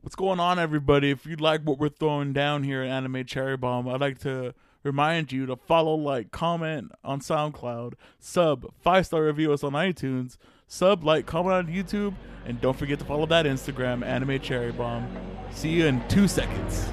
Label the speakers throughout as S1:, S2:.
S1: What's going on, everybody? If you like what we're throwing down here at Anime Cherry Bomb, I'd like to remind you to follow, like, comment on SoundCloud, sub, five star review us on iTunes, sub, like, comment on YouTube, and don't forget to follow that Instagram, Anime Cherry Bomb. See you in two seconds.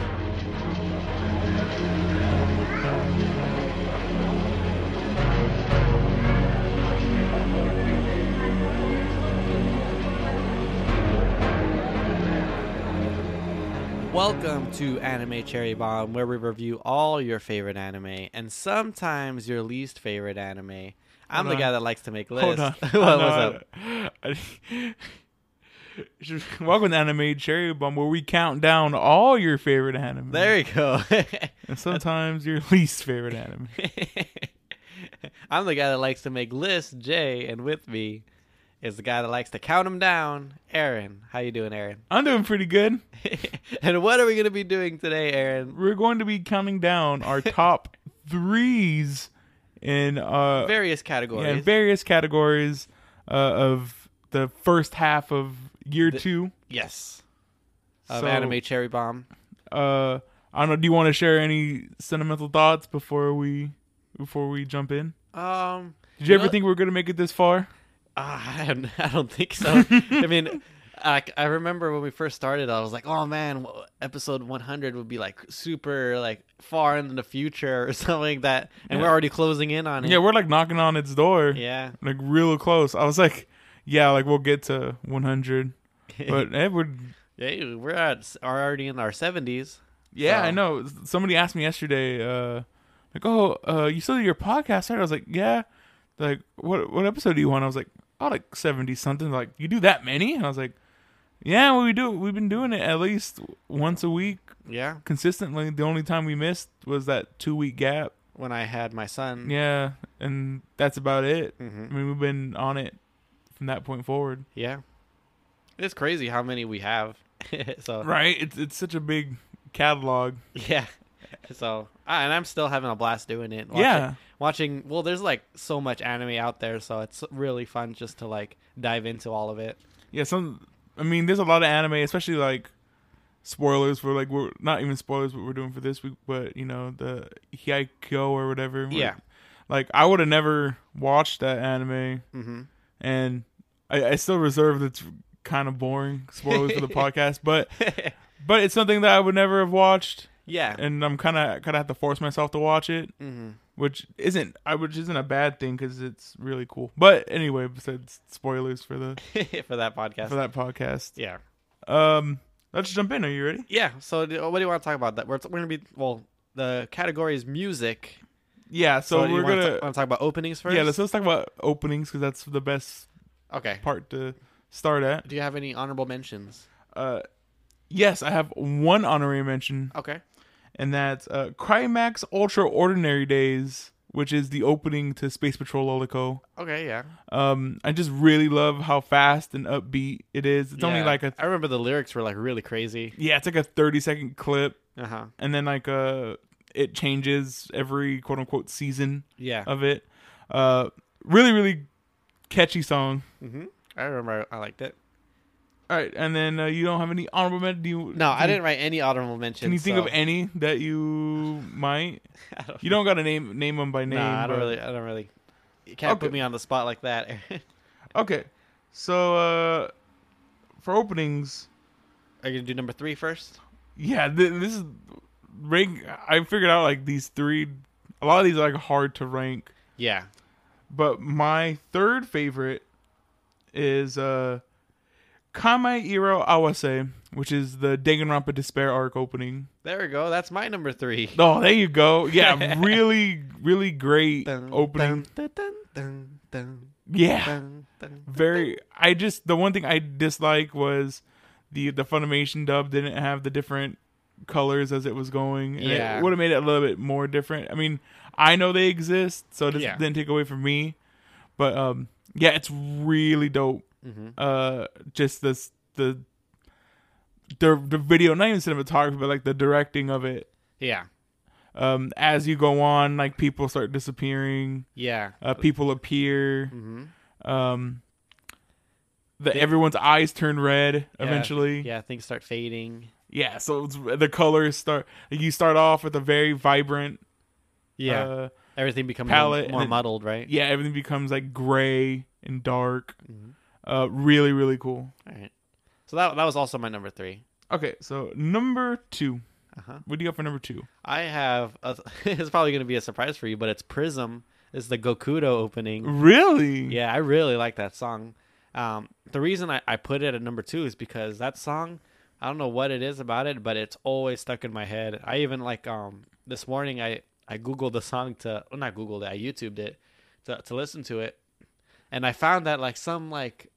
S2: Welcome to Anime Cherry Bomb, where we review all your favorite anime and sometimes your least favorite anime. I'm
S1: Hold
S2: the
S1: on.
S2: guy that likes to make
S1: Hold
S2: lists.
S1: on.
S2: what,
S1: Hold
S2: was
S1: on. I- Welcome to Anime Cherry Bomb, where we count down all your favorite anime.
S2: There you go.
S1: And sometimes your least favorite anime.
S2: I'm the guy that likes to make lists, Jay, and with me is the guy that likes to count them down, Aaron. How you doing, Aaron?
S1: I'm doing pretty good.
S2: and what are we going to be doing today, Aaron?
S1: We're going to be counting down our top threes in uh yeah,
S2: Various
S1: in
S2: categories.
S1: various categories uh, of the first half of year two.
S2: yes. Of
S1: So,
S2: Anime Cherry Bomb.
S1: Uh, I don't know. Do you want to share any sentimental thoughts before we before we jump in?
S2: Um,
S1: Did you,
S2: You
S1: ever
S2: know-
S1: think we were gonna make it this far?
S2: Uh, I don't, I don't think so. I mean, I, I remember when we first started, I was like, oh man, w- episode 100 would be like super like far in the future or something like that. And we're already closing in on it.
S1: Yeah, we're like knocking on its door,
S2: Yeah.
S1: like real close. I was like, yeah, like we'll get to 100, but eh, we're
S2: Hey, we're at, s- are already in our 70s.
S1: Yeah, I
S2: So-
S1: know. S- Somebody asked me yesterday, uh, like, "Oh, uh, you still do your podcast?" Right? I was like, "Yeah." They're like, what what episode do you want? I was like, "Oh, like seventy something." Like, you do that many? And I was like, "Yeah, well, we do. We've been doing it at least once a week
S2: Yeah.
S1: consistently. The only time we missed was that two week gap.
S2: When I had my son.
S1: Yeah, and that's about it.
S2: Mhm.
S1: I mean, we've been on it from that point forward,
S2: Yeah. It's crazy how many we have. so,
S1: right? It's it's such a big catalog.
S2: yeah. So, ah, and I'm still having a blast doing it. watching-
S1: Yeah,
S2: watching well there's like so much anime out there so it's really fun just to like dive into all of it
S1: Yeah, some. I mean, there's a lot of anime, especially like spoilers for like we're not even spoilers what we're doing for this week, but you know the Hyaikyo or whatever. We're-
S2: Yeah.
S1: Like I would have never watched that anime,
S2: mm-hmm.
S1: and I, I still reserve that's kind of boring spoilers for the podcast, but but it's something that I would never have watched,
S2: yeah
S1: and I'm kind of kind of have to force myself to watch it,
S2: mm-hmm.
S1: which isn't I which isn't a bad thing because it's really cool. But anyway, besides spoilers for the
S2: for that podcast
S1: for that podcast.
S2: yeah
S1: Um, let's jump in. Are you ready?
S2: yeah so do- what do you want to talk about that we're, we're gonna be well the category is music
S1: Yeah. So,
S2: do you
S1: we're
S2: wanna
S1: gonna
S2: ta- wanna talk about openings first
S1: yeah. Let's let's talk about openings because that's the best
S2: okay
S1: part to start at.
S2: do you have any honorable mentions
S1: Uh, yes, I have one honorary mention,
S2: okay
S1: and that's uh, Crymax Ultra Ordinary Days, which is the opening to Space Patrol Lolico.
S2: okay yeah
S1: Um, I just really love how fast and upbeat it is. It's only
S2: Yeah.
S1: like a
S2: i remember the lyrics were like really crazy
S1: yeah, it's like a thirty second clip,
S2: uh-huh
S1: and then like uh, it changes every quote unquote season.
S2: yeah
S1: of it. Uh, really, really catchy song.
S2: mm-hmm. i remember i liked it
S1: All right, and then uh, you don't have any honorable mention. Do you?
S2: no
S1: can
S2: i
S1: you-
S2: didn't write any honorable mentions
S1: Can you think of
S2: so-
S1: any that you might?
S2: I don't
S1: You don't got to name name them by name.
S2: Nah, I don't
S1: but-
S2: really. I don't really. You can't
S1: Okay.
S2: put me on the spot like that.
S1: Okay, so uh, for openings,
S2: Are you gonna do number three first?
S1: yeah, th- this is rank. I figured out like these three. A lot of these are like hard to rank,
S2: Yeah.
S1: but my third favorite is uh, Kame Iro Awase, which is the Danganronpa Despair arc opening.
S2: There we go. That's my number three.
S1: Oh, there you go. Yeah, really, really great
S2: Dun,
S1: opening.
S2: dun, dun, dun, dun,
S1: Yeah,
S2: dun, dun.
S1: very. I just the one thing I dislike was the the Funimation dub didn't have the different colors as it was going. And
S2: Yeah.
S1: it would have made it a little bit more different. I mean, I know they exist, so it doesn't-
S2: Yeah.
S1: didn't take away from me. But um, yeah, it's really dope.
S2: Mhm.
S1: Uh, just this the the the video, not even cinematography, but like the directing of it.
S2: Yeah.
S1: um, as you go on, like people start disappearing,
S2: Yeah.
S1: uh, people appear.
S2: Mhm.
S1: Um, that everyone's eyes turn red
S2: Yeah,
S1: eventually.
S2: Yeah, things start fading.
S1: Yeah, so it's, the colors start. You start off with a very vibrant.
S2: Yeah,
S1: uh,
S2: everything becomes
S1: palette
S2: more,
S1: and
S2: more
S1: then-
S2: muddled, right?
S1: yeah. Everything becomes like gray and dark.
S2: Mhm.
S1: Uh, really, really cool.
S2: All right. So that that was also my number three.
S1: Okay, so number two.
S2: Uh-huh.
S1: What do you got for number two?
S2: I have a, it's probably going to be a surprise for you, but it's Prism. It's the Gokudo opening.
S1: Really?
S2: Yeah, I really like that song. Um, the reason I, I put it at number two is because that song, I don't know what it is about it, but it's always stuck in my head. I even like um this morning I I googled the song to well, not googled it, I YouTubed it to to listen to it, and I found that like some like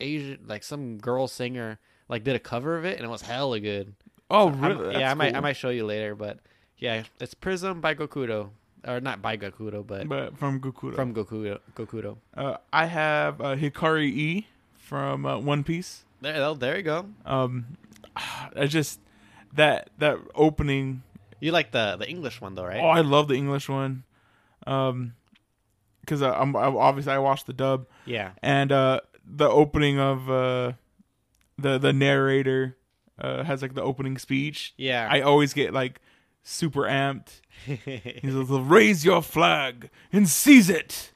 S2: Asian like some girl singer like did a cover of it and it was hella good.
S1: Oh,
S2: I'm-
S1: really?
S2: yeah,
S1: That's
S2: I might I
S1: cool.
S2: might show you later, but yeah, it's Prism by Gokudo or not by Gokudo, but
S1: But from Gokudo.
S2: from Gokudo. Gokudo.
S1: uh, I have uh, Hikari E from uh, One Piece.
S2: There, oh, there you go.
S1: Um, I just that that opening.
S2: You like the the English one though, right?
S1: Oh, I love the English one. Um, because I'm I, obviously I watched the dub
S2: yeah.
S1: and uh the opening of uh the the narrator uh has like the opening speech.
S2: Yeah.
S1: I always get like super amped. He's like, raise your flag and seize it.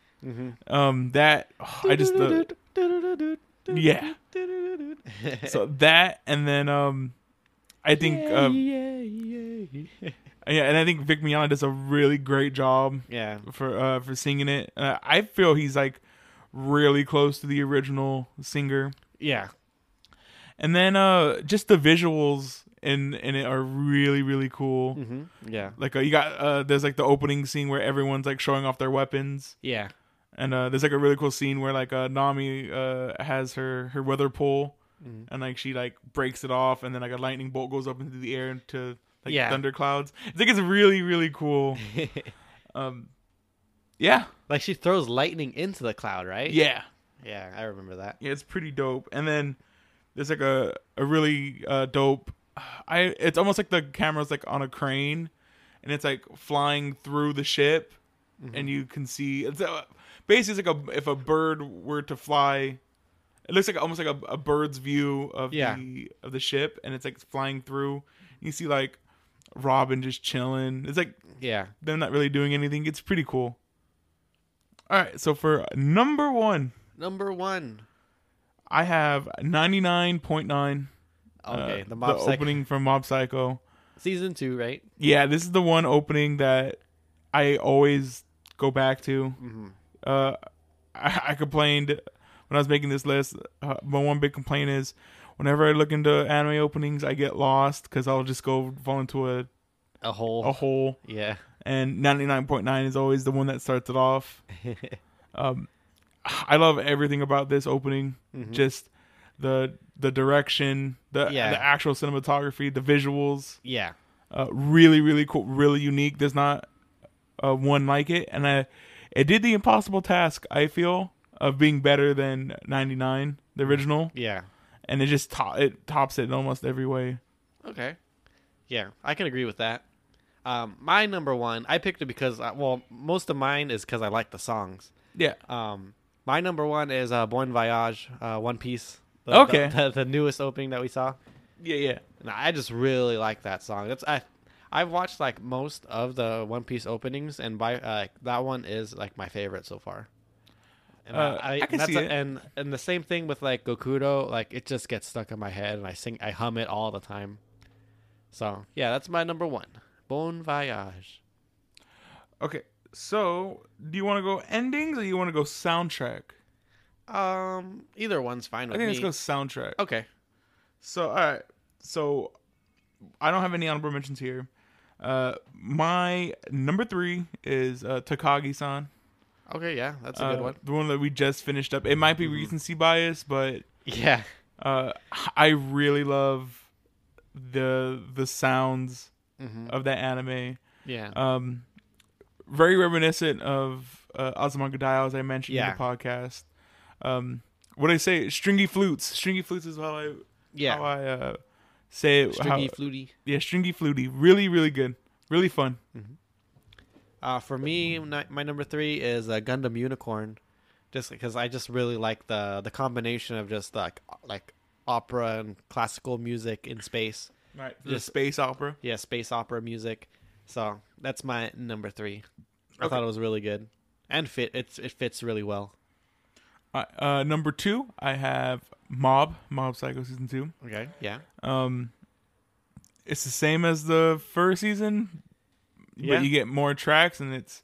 S1: Um, that oh, I just the, yeah.
S2: so
S1: so that and then um, I think
S2: yeah,
S1: um
S2: yeah, yeah.
S1: yeah, and I think Vic Miana does a really great job
S2: yeah.
S1: for uh for singing it. Uh, I feel he's like really close to the original singer,
S2: Yeah.
S1: and then uh just the visuals in in it are really really cool.
S2: hmm Yeah.
S1: Like uh, you got uh there's like the opening scene where everyone's like showing off their weapons.
S2: Yeah.
S1: and uh, there's like a really cool scene where like uh, Nami uh, has her her weather pole,
S2: Hmm.
S1: and like she like breaks it off, and then like a lightning bolt goes up into the air into like
S2: Yeah.
S1: thunderclouds. I think it's really really cool. um, yeah,
S2: like she throws lightning into the cloud, right?
S1: yeah,
S2: Yeah, I remember that.
S1: yeah. It's pretty dope. And then there's like a a really uh, dope. I it's almost like the camera's like on a crane, and it's like flying through the ship, and you can see it's uh, basically it's like a if a bird were to fly, it looks like almost like a, a bird's view of
S2: Yeah.
S1: the of the ship, and it's like flying through. You see like Robin just chilling. It's like
S2: Yeah.
S1: they're not really doing anything. It's pretty cool. All right, so for number one,
S2: Number one.
S1: I have ninety nine point nine.
S2: Okay, the mob Psycho-
S1: Uh, opening from Mob Psycho.
S2: season two, right?
S1: Yeah, this is the one opening that I always go back to.
S2: Mhm.
S1: Uh, I, I complained when I was making this list. Uh, my one big complaint is whenever I look into anime openings, I get lost because I'll just go fall into a,
S2: A whole.
S1: a hole.
S2: Yeah.
S1: And 99.9 is always the one that starts it off. Um, I love everything about this opening. Just the the direction, the
S2: Yeah.
S1: the actual cinematography, the visuals
S2: yeah.
S1: uh, really really cool really unique there's not uh, one like it and i it did the impossible task i feel of being better than 99 the original
S2: Yeah.
S1: and it just to- it tops it in almost every way
S2: Okay. Yeah, I can agree with that. Um, my number one, I picked it because, I, well, most of mine is because I like the songs.
S1: yeah
S2: Um, my number one is uh, Born Voyage, uh, One Piece. The,
S1: Okay.
S2: The, the, the newest opening that we saw.
S1: yeah yeah
S2: And I just really like that song. That's I, I've watched like most of the One Piece openings, and by uh, that one is like my favorite so far. And
S1: Uh, I can see
S2: a-
S1: it.
S2: And and the same thing with like Gokudo, like it just gets stuck in my head, and I sing, I hum it all the time. So yeah, that's my number one. Bon voyage.
S1: okay so do you want to go endings or you want to go soundtrack
S2: Um, either one's fine
S1: i
S2: with
S1: think
S2: me.
S1: let's go soundtrack
S2: Okay.
S1: So all right, so I don't have any honorable mentions here. Uh, my number three is uh, Takagi-san.
S2: Okay. Yeah, that's a
S1: Uh,
S2: good one. Mm-hmm.
S1: The one that we just finished up. It might be recency bias, but
S2: Yeah.
S1: uh, I really love the the sounds
S2: hmm
S1: of that anime.
S2: Yeah.
S1: Um, very reminiscent of uh, Azumanga Daioh, as I mentioned
S2: Yeah.
S1: in the podcast. Um, what I say, stringy flutes. Stringy flutes is how I how
S2: yeah.
S1: I uh, say it. how-
S2: Stringy fluty.
S1: yeah, Stringy Flutie. Really, really good. Really fun.
S2: Uh, for me, ni- my number three is uh, Gundam Unicorn. just because I just really like the the combination of just like like opera and classical music in space.
S1: Right. The
S2: Just-
S1: space opera.
S2: Yeah, space opera music. So that's my number three. I
S1: Okay.
S2: thought it was really good and fit. It's it fits really well.
S1: All right, uh, number two, I have Mob, Mob Psycho season two.
S2: Okay. Yeah.
S1: Um, it's the same as the first season,
S2: Yeah.
S1: but you get more tracks and it's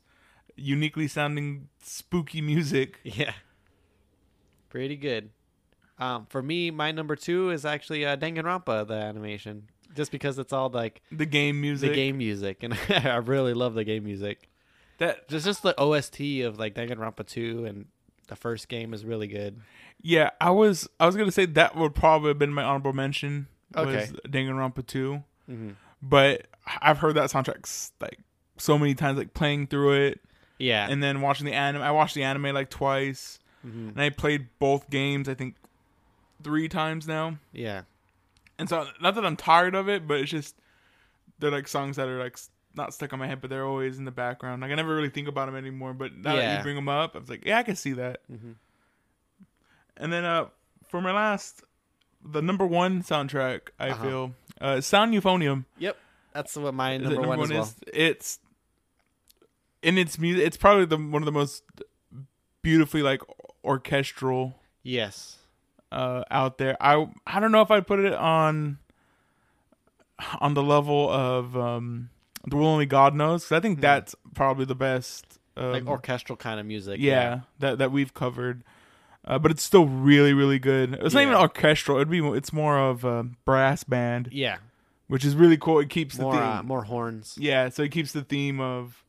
S1: uniquely sounding spooky music.
S2: Yeah. Pretty good. Um, for me, my number two is actually uh, Danganronpa, the animation, just because it's all like
S1: The game
S2: the
S1: music.
S2: game music, and I really love the game music.
S1: That
S2: Just just the OST of like Danganronpa two and the first game is really good.
S1: yeah, I was I was gonna say that would probably have been my honorable mention.
S2: Okay.
S1: Was Danganronpa two,
S2: Mm-hmm.
S1: but I've heard that soundtrack's like so many times, like playing through it
S2: Yeah.
S1: and then watching the anime. I watched the anime like twice,
S2: Mhm.
S1: and I played both games. I think three times now.
S2: yeah.
S1: And so, not that I'm tired of it, but it's just they're like songs that are like s- not stuck on my head, but they're always in the background. Like I never really think about them anymore. But now that
S2: Yeah.
S1: you bring them up, I was like, yeah, I can see that.
S2: Mhm.
S1: And then uh, for my last, the number one soundtrack I
S2: Uh-huh.
S1: feel uh, Sound Euphonium.
S2: Yep. That's what my
S1: is
S2: number,
S1: it
S2: one, as well.
S1: is it's in its music. It's probably the one of the most beautifully like orchestral
S2: Yes.
S1: uh, out there. I I don't know if I'd put it on on the level of um, the will only God knows. 'cause I think that's probably the best. Um,
S2: Like orchestral kind of music.
S1: yeah, that that we've covered. Uh, but it's still really, really good. It's not even
S2: Yeah.
S1: orchestral. It'd be it's more of a brass band,
S2: Yeah.
S1: which is really cool. It keeps
S2: More
S1: the theme.
S2: uh, more horns.
S1: yeah, so it keeps the theme of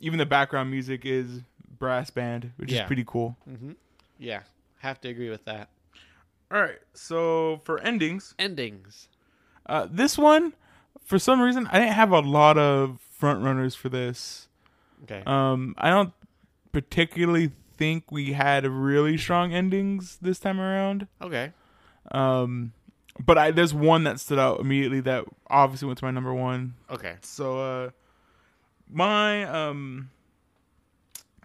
S1: even the background music is brass band, which
S2: Yeah.
S1: is pretty cool.
S2: Mm-hmm. Yeah. Have to agree with that.
S1: All right, so for endings,
S2: Endings.
S1: Uh, this one, for some reason, I didn't have a lot of front runners for this.
S2: Okay.
S1: Um, I don't particularly think we had really strong endings this time around.
S2: okay.
S1: Um, but I there's one that stood out immediately that obviously went to my number one.
S2: Okay.
S1: So uh, my um,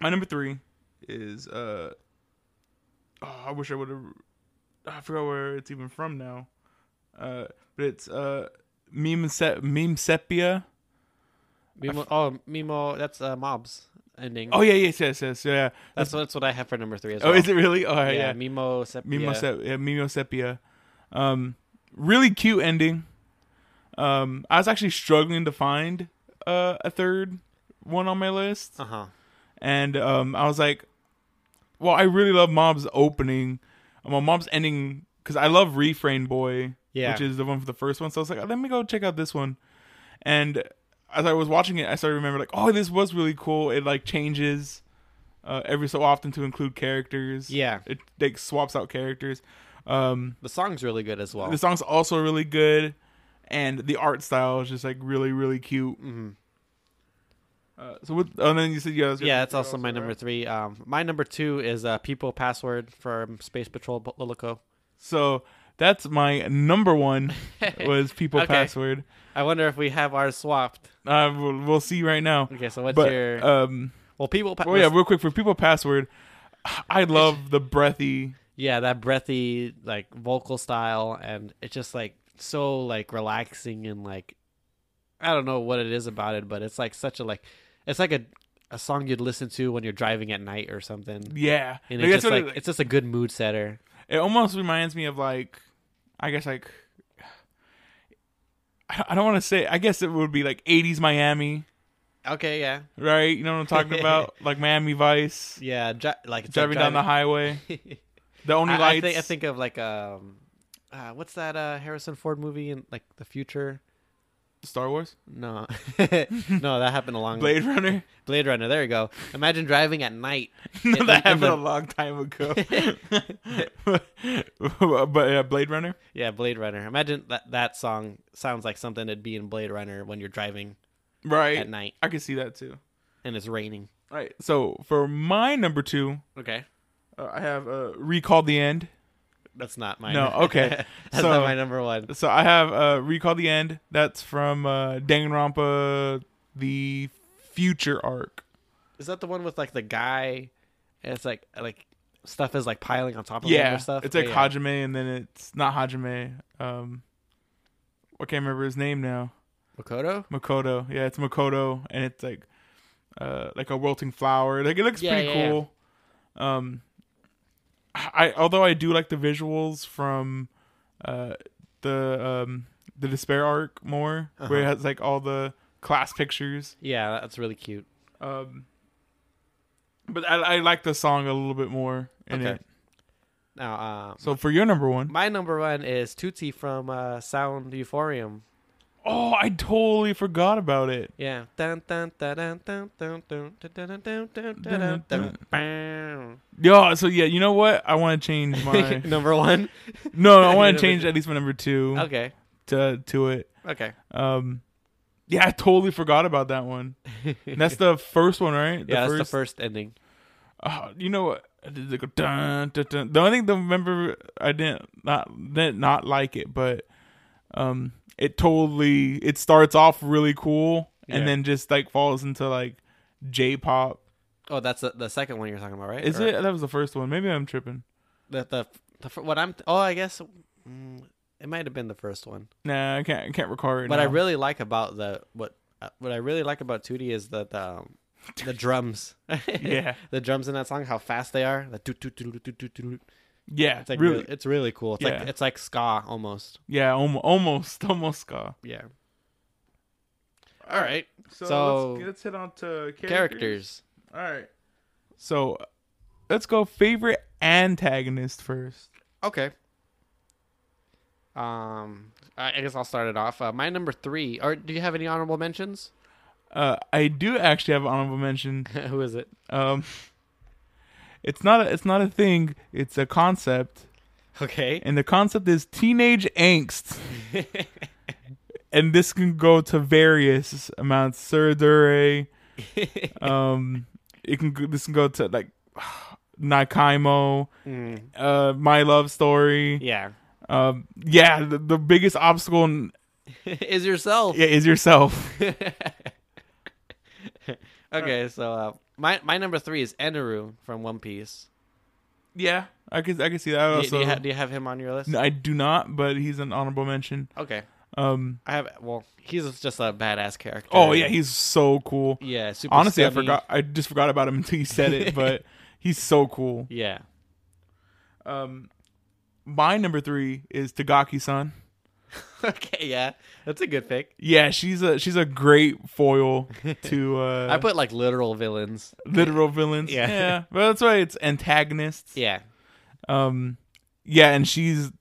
S1: my number three is uh, oh, I wish I would have. I forgot where it's even from now. Uh, but it's uh, meme se- meme sepia.
S2: Mimo, oh, Mimo. That's uh, Mob's ending.
S1: Oh yeah, yes, yes, yes, yeah.
S2: that's that's what I have for number three as
S1: Oh,
S2: well.
S1: is it really? Oh yeah,
S2: Yeah,
S1: yeah.
S2: Mimo. Sepia.
S1: Mimo se- yeah, Mimo sepia. Um, really cute ending. Um, I was actually struggling to find uh, a third one on my list.
S2: Uh huh.
S1: and um, I was like, "Well, I really love Mob's opening, Um, well, Mob's ending because I love Refrain Boy,
S2: Yeah.
S1: which is the one for the first one." So I was like, "Let me go check out this one," and as I was watching it, I started remembering like, "Oh, this was really cool. It like changes uh, every so often to include characters.
S2: Yeah.
S1: it like swaps out characters. Um,
S2: The song's really good as well.
S1: the song's also really good." And the art style is just like really, really cute.
S2: Mhm.
S1: Uh, so, what, oh, and then you said, yeah, that's your
S2: yeah, that's also
S1: right?
S2: my number three. Um, my number two is uh, People Password from Space Patrol Lilico.
S1: So that's my number one was people
S2: Okay.
S1: password.
S2: I wonder if we have ours swapped.
S1: Uh, we'll, we'll see right now.
S2: Okay, so what's
S1: but
S2: your
S1: um,
S2: well? People. Pa-
S1: oh yeah, real quick for people password, I love the breathy.
S2: yeah, that breathy like vocal style, and it's just like so like relaxing and like I don't know what it is about it, but it's like such a like it's like a a song you'd listen to when you're driving at night or something.
S1: Yeah,
S2: And
S1: Like,
S2: it's
S1: that's what
S2: just like
S1: it-
S2: it's just a good mood setter.
S1: it almost reminds me of like, I guess like, I I don't want to say. I guess it would be like '80s Miami,
S2: Okay, yeah,
S1: right? You know what I'm talking about? like Miami Vice,
S2: yeah, dri- like it's
S1: driving
S2: like
S1: down the highway.
S2: highway.
S1: The only
S2: I,
S1: lights.
S2: I think I think of like um, uh, what's that uh Harrison Ford movie in like the future?
S1: Star Wars,
S2: No, no, that happened a long
S1: Blade Runner.
S2: Blade Runner. There you go. Imagine driving at night.
S1: no,
S2: in-
S1: that
S2: in
S1: happened a
S2: the-
S1: long time ago. but yeah, Blade Runner.
S2: Yeah, Blade Runner. Imagine that that song sounds like something that'd be in Blade Runner when you're driving
S1: Right.
S2: at night
S1: I could see that too.
S2: and it's raining.
S1: All right. So for my number two,
S2: Okay,
S1: uh, I have uh, Recall the End.
S2: that's not my
S1: No, okay.
S2: that's
S1: So-
S2: not my number one.
S1: So I have uh, Recall the End. That's from uh, Danganronpa, the future arc.
S2: Is that the one with like the guy And it's like like stuff is like piling on top of
S1: yeah,
S2: other stuff.
S1: it's like
S2: But yeah.
S1: Hajime, and then it's not Hajime. Um, I can't remember his name now.
S2: Makoto.
S1: Makoto. Yeah, it's Makoto, and it's like, uh, like a wilting flower. Like it looks
S2: Yeah,
S1: pretty
S2: yeah, yeah.
S1: cool. Um, I although I do like the visuals from, uh, the um the despair arc more, where it
S2: Uh-huh.
S1: has like all the class pictures.
S2: Yeah, that's really cute.
S1: Um, but I I like the song a little bit more in
S2: Okay.
S1: it.
S2: Now, uh,
S1: So for your number one,
S2: my number one is Tootsie from uh, Sound Euphorium.
S1: oh, I totally forgot about it.
S2: Yeah. Dun, dun, dun, dun, dun, dun, dun, dun, dun, dun, dun, dun, dun, dun.
S1: Yo, so yeah, you know what? I want to change my
S2: Number one.
S1: no, I want
S2: Number
S1: to change
S2: two.
S1: at least my number two
S2: Okay.
S1: to to it.
S2: Okay.
S1: Um, yeah, I totally forgot about that one. And that's the first one, right? The
S2: yeah,
S1: first,
S2: that's the first ending.
S1: Oh, you know what? I did like a dun, dun, dun. The only thing that remember I didn't not did not like it, but um, it totally it starts off really cool
S2: Yeah.
S1: and then just like falls into like J-pop.
S2: Oh, that's the, the second one you're talking about, right?
S1: Is
S2: Or
S1: it? That was the first one. Maybe I'm tripping.
S2: The, the, the fir- what I'm. Oh, I guess mm, it might have been the first one.
S1: Nah, I can't. I can't recall it.
S2: what I
S1: now.
S2: really like about the what uh, what I really like about Tootie is that um, the drums.
S1: yeah,
S2: the drums in that song, how fast they are. The toot, toot, toot, toot, toot, toot.
S1: yeah,
S2: It's like
S1: really,
S2: really, it's really cool. It's
S1: Yeah.
S2: like it's like ska almost.
S1: yeah, almost, almost, almost. Ska.
S2: Yeah. All right.
S1: So,
S2: So-
S1: let's, let's hit on to characters.
S2: Characters.
S1: All right. So let's go favorite antagonist first.
S2: Okay. Um I I guess I'll start it off. Uh, my number 3. Or do you have any honorable mentions?
S1: Uh, I do actually have an honorable mention.
S2: Who is it?
S1: Um, it's not a, it's not a thing. It's a concept,
S2: Okay.
S1: and the concept is teenage angst. and this can go to various amounts. Suradure, um, it can go- this can go to like Nakaimo,
S2: Mm,
S1: uh, my love story.
S2: yeah.
S1: Um, yeah, the, the biggest obstacle in,
S2: is yourself.
S1: yeah, is yourself.
S2: okay, so uh, my my number 3 is Eneru from One Piece.
S1: yeah, I can I can see that. I
S2: Do you, do
S1: Also,
S2: you ha- do you have him on your list?
S1: Oh, No, I do not, but he's an honorable mention.
S2: Okay.
S1: Um,
S2: I have well, he's just a badass character.
S1: oh yeah, he's so cool.
S2: yeah, super
S1: Honestly, I
S2: stubby.
S1: forgot. I just forgot about him until you said it, but he's so cool.
S2: Yeah.
S1: Um, my number three is Tagaki-san.
S2: okay, yeah. That's a good pick.
S1: Yeah, she's a she's a great foil to uh,
S2: I put like literal villains.
S1: literal villains.
S2: Yeah.
S1: yeah, but that's why it's antagonists.
S2: Yeah.
S1: um yeah and she's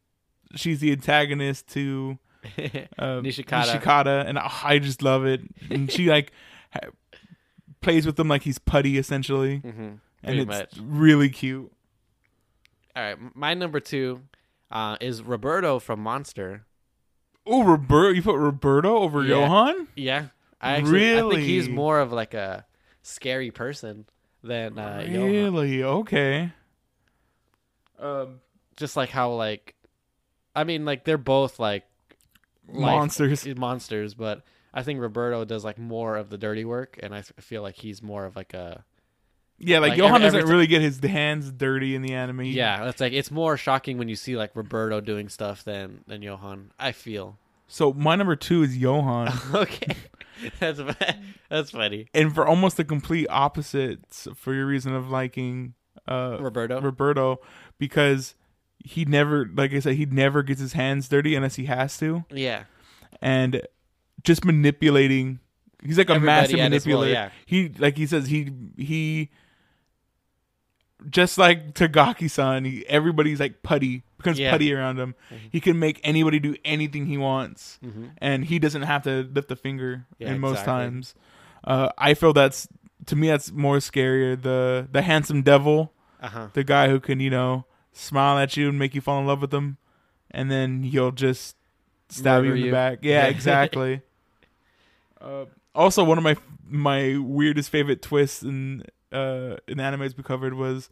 S1: she's the antagonist to
S2: Uh,
S1: um,
S2: Nishikata.
S1: Nishikata, and oh, I just love it and she like ha- plays with him like he's putty essentially
S2: hmm
S1: and
S2: Pretty
S1: it's
S2: much.
S1: really cute
S2: All right, m- my number 2 uh, is Roberto from Monster.
S1: oh Roberto you put Roberto over
S2: Yeah.
S1: Johan
S2: Yeah. I actually I think he's
S1: Really?
S2: more of like a scary person than uh Johan.
S1: really okay um
S2: just like how like I mean like they're both like life-
S1: monsters
S2: monsters, but I think Roberto does like more of the dirty work, and I f- feel like he's more of like a
S1: yeah like,
S2: like,
S1: Johan
S2: every-
S1: doesn't
S2: every ti-
S1: really get his hands dirty in the anime
S2: yeah. It's like it's more shocking when you see like Roberto doing stuff than than Johan. I feel
S1: so my number two is Johan
S2: okay. that's fu- that's funny,
S1: and for almost the complete opposites for your reason of liking uh
S2: Roberto.
S1: Roberto because he never, like I said, he never gets his hands dirty unless he has to,
S2: yeah,
S1: and just manipulating. He's like a
S2: Everybody
S1: master
S2: at his will,
S1: manipulator.
S2: yeah.
S1: He like he says he he just like Tagaki-san, he, everybody's like putty becomes
S2: Yeah. Mm-hmm.
S1: putty around him. He can make anybody do anything he wants,
S2: hmm
S1: and he doesn't have to lift a finger
S2: Yeah,
S1: in most
S2: exactly.
S1: times. Uh, I feel that's to me that's more scarier the the handsome devil
S2: uh huh.
S1: the guy who can you know smile at you and make you fall in love with him, and then he'll just stab you
S2: Murder
S1: in the
S2: you.
S1: back. Yeah, exactly. uh, also, one of my my weirdest favorite twists in uh, in animes we covered was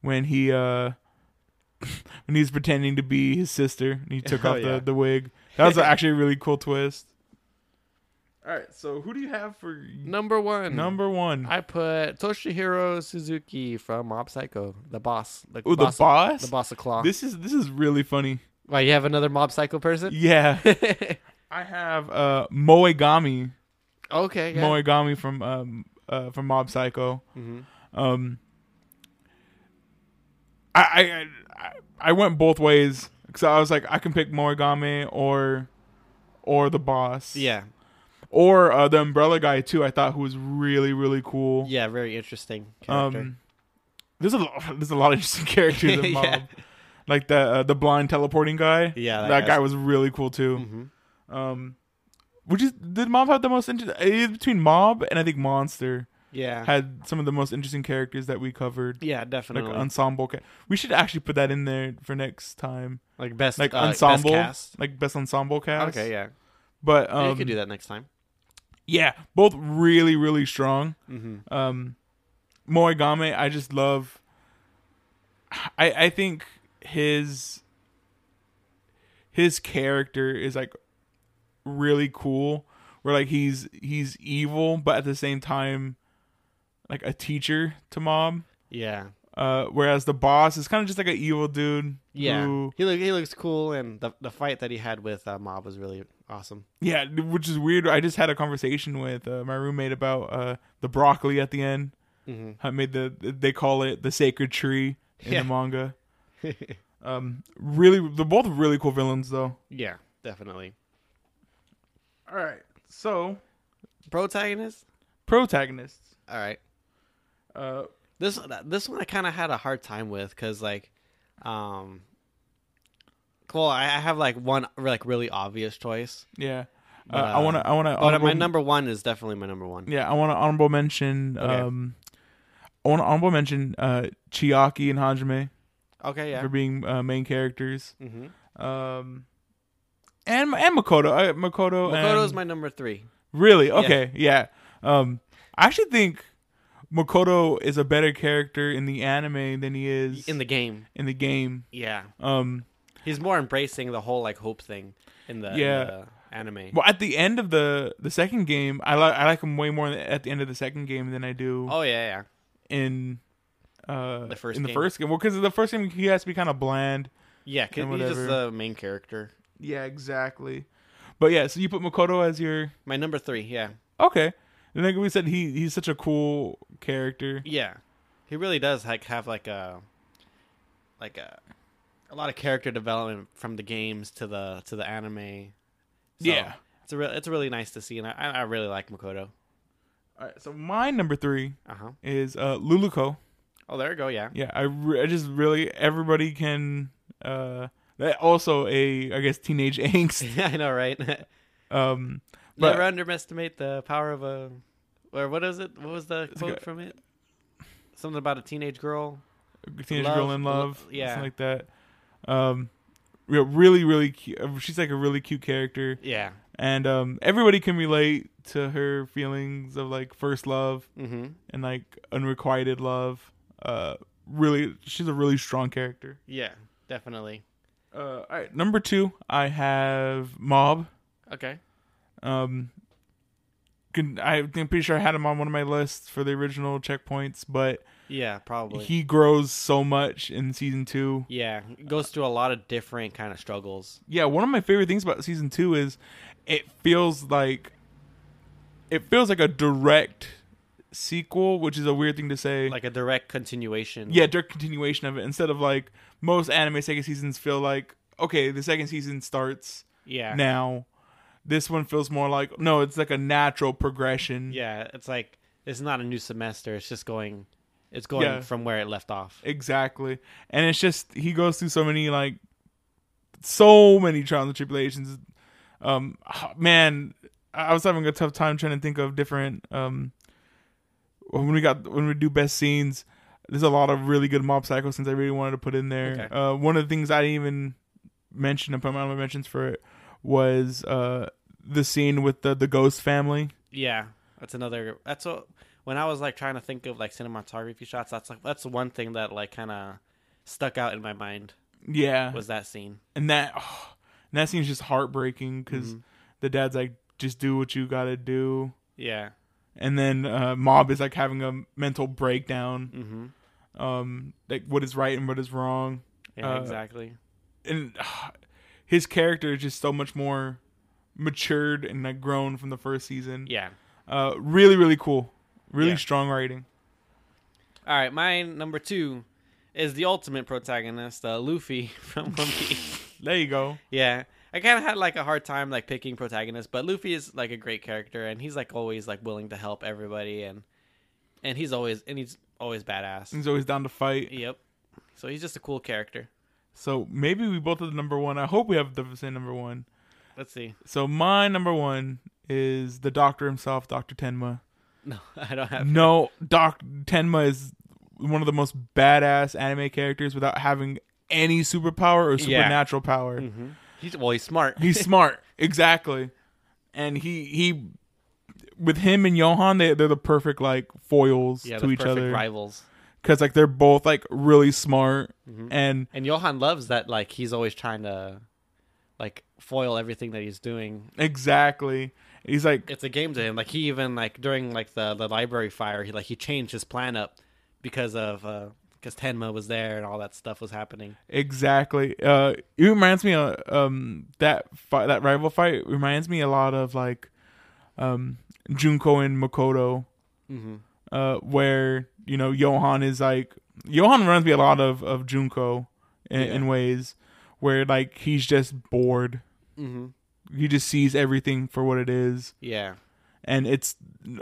S1: when he uh, when he was pretending to be his sister and he took
S2: Oh,
S1: off
S2: yeah.
S1: the, the wig. That was actually a really cool twist. All right. So who do you have for
S2: Number one.
S1: number one?
S2: Hmm. I put Toshihiro Suzuki from Mob Psycho, the boss. The
S1: Ooh, the
S2: boss,
S1: boss?
S2: The boss of Claw.
S1: this is this is really funny.
S2: Why, you have another Mob Psycho person?
S1: Yeah.
S2: okay.
S1: I have uh Moegami.
S2: Yeah.
S1: Moegami from um uh from Mob Psycho.
S2: Mhm.
S1: Um I I I- I went both ways cuz I was like I can pick Moegami or or the boss.
S2: Yeah.
S1: Or uh, the umbrella guy too. I thought who was really really cool.
S2: Yeah. Very interesting character.
S1: Um There's a lot, there's a lot of interesting characters in
S2: Yeah.
S1: Mob. Like the uh, the blind teleporting guy.
S2: Yeah,
S1: That,
S2: that
S1: guy
S2: guy's-
S1: was really cool too.
S2: hmm
S1: Um, which is did Mob have the most interesting? Between Mob and I think Monster
S2: Yeah.
S1: had some of the most interesting characters that we covered,
S2: yeah.
S1: like
S2: Definitely. Like,
S1: ensemble. Ca- we should actually put that in there for next time,
S2: best
S1: like
S2: uh, best
S1: ensemble,
S2: cast.
S1: like best ensemble cast.
S2: Okay. Yeah.
S1: but
S2: Yeah,
S1: um,
S2: you could do that next time.
S1: yeah, both really really strong.
S2: Mm-hmm.
S1: Um, Moegame, I just love. I I think his his character is like really cool. Where like he's he's evil, but at the same time, like a teacher to mom.
S2: Yeah.
S1: Uh, whereas the boss is kind of just like an evil dude.
S2: Yeah.
S1: who-
S2: He look, he looks cool, and the the fight that he had with uh, Mob was really awesome.
S1: yeah, which is weird. I just had a conversation with uh, my roommate about uh, the broccoli at the end.
S2: hmm
S1: I made the they call it the sacred tree in
S2: Yeah.
S1: the manga. Um, really, they're both really cool villains, though.
S2: yeah. Definitely.
S1: All right, so
S2: Protagonist.
S1: protagonists.
S2: All right.
S1: Uh,
S2: This this one I kind of had a hard time with because like, um, well I, I have like one like really obvious choice,
S1: yeah, uh,
S2: But,
S1: I want to. I want to.
S2: but my number one is definitely my number one.
S1: Yeah, I want to honorable mention.
S2: Okay.
S1: Um, I want to honorable mention uh, Chiaki and Hajime
S2: Okay, yeah.
S1: for being uh, main characters.
S2: Mm-hmm.
S1: Um, and and Makoto. Uh, Makoto.
S2: Makoto's
S1: and-
S2: my number three.
S1: Really? Okay. Yeah. Um, I actually think Makoto is a better character in the anime than he is
S2: in the game.
S1: in the game.
S2: Yeah,
S1: Um,
S2: he's more embracing the whole like hope thing in the, in
S1: Yeah.
S2: the anime.
S1: well, at the end of the the second game, I like I like him way more at the end of the second game than I do
S2: Oh yeah, yeah.
S1: in uh
S2: The first
S1: in the
S2: game.
S1: first game. Well, because the first game he has to be kind of bland.
S2: Yeah, 'cause
S1: And
S2: he's just
S1: whatever.
S2: the main character.
S1: Yeah, exactly. But yeah, so you put Makoto as your
S2: My number three, yeah.
S1: okay. And like we said, he he's such a cool character.
S2: Yeah. He really does like have like a like a a lot of character development from the games to the to the anime. So,
S1: Yeah.
S2: It's a real it's really nice to see and I I really like Makoto.
S1: All right, so my number three
S2: Uh-huh.
S1: is uh Luluko.
S2: Oh, there you go, yeah.
S1: yeah I, re- I just really everybody can uh that also a i guess teenage angst
S2: Yeah, I know, right?
S1: um but
S2: Never underestimate the power of a or what is it? What was the
S1: like
S2: quote
S1: a-
S2: from it? Something about a teenage girl.
S1: teenage
S2: love-
S1: girl in
S2: lo-
S1: love yeah
S2: yeah.
S1: something like that um yeah, really really cute she's like a really cute character
S2: Yeah.
S1: and um everybody can relate to her feelings of like first love
S2: Mhm.
S1: and like unrequited love uh really she's a really strong character
S2: Yeah, definitely.
S1: uh all right number two i have mob
S2: Okay.
S1: Um, can, I think I'm pretty sure I had him on one of my lists for the original checkpoints, but
S2: Yeah, probably.
S1: he grows so much in season two.
S2: yeah, he goes through a lot of different kind of struggles.
S1: Yeah, one of my favorite things about season two is it feels like it feels like a direct sequel, which is a weird thing to say.
S2: like a direct continuation.
S1: yeah, direct continuation of it instead of like most anime second seasons feel like okay, the second season starts
S2: yeah,
S1: now. This one feels more like no, it's like a natural progression.
S2: yeah. It's like it's not a new semester. It's just going, it's going
S1: Yeah.
S2: from where it left off.
S1: Exactly. And it's just he goes through so many like so many trials and tribulations. Um man, I I was having a tough time trying to think of different um when we got when we do best scenes, there's a lot of really good mob psycho scenes I really wanted to put in there.
S2: Okay.
S1: Uh one of the things I didn't even mention and put my own mentions for it was uh the scene with the the ghost family.
S2: Yeah, that's another. That's what when I was like trying to think of like cinematography shots. That's like that's the one thing that like kind of stuck out in my mind
S1: Yeah.
S2: was that scene.
S1: and that oh, and that scene's just heartbreaking because the dad's like just do what you gotta do.
S2: Yeah.
S1: And then uh, Mob is like having a mental breakdown,
S2: Mm-hmm.
S1: um, like what is right and what is wrong,
S2: Yeah.
S1: Uh,
S2: exactly.
S1: and his character is just so much more matured and like grown from the first season.
S2: Yeah.
S1: Uh, really, really cool, really
S2: Yeah.
S1: strong writing.
S2: All right. My number two is the ultimate protagonist, uh, Luffy from One Piece.
S1: There you go.
S2: Yeah. I kind of had like a hard time like picking protagonists, but Luffy is like a great character and he's like always like willing to help everybody and and he's always and he's always badass.
S1: He's always down to fight.
S2: yep. So he's just a cool character.
S1: So maybe we both are the number one. I hope we have the same number one.
S2: Let's see.
S1: So my number one is the Doctor himself, Doctor Tenma.
S2: No, I don't have
S1: No, Doc Tenma is one of the most badass anime characters without having any superpower or
S2: Yeah. Mm-hmm.
S1: supernatural power.
S2: He's well, he's smart.
S1: He's smart, exactly, and he he with him and Johan, they they're the perfect like foils
S2: yeah,
S1: to
S2: the
S1: each
S2: perfect
S1: other
S2: rivals.
S1: because like they're both like really smart
S2: Mm-hmm.
S1: and
S2: And Johan loves that like he's always trying to like foil everything that he's doing.
S1: exactly. He's like
S2: It's a game to him. Like he even like during like the, the library fire, he like he changed his plan up because of uh because Tenma was there and all that stuff was happening.
S1: Exactly. Uh, it reminds me of um that fi- that rival fight reminds me a lot of like um Junko and Makoto,
S2: Mm-hmm.
S1: uh, where you know Johan is like Johan reminds me a lot of of Junko in, in ways where like he's just bored.
S2: Mm-hmm.
S1: He just sees everything for what it is,
S2: Yeah,
S1: and it's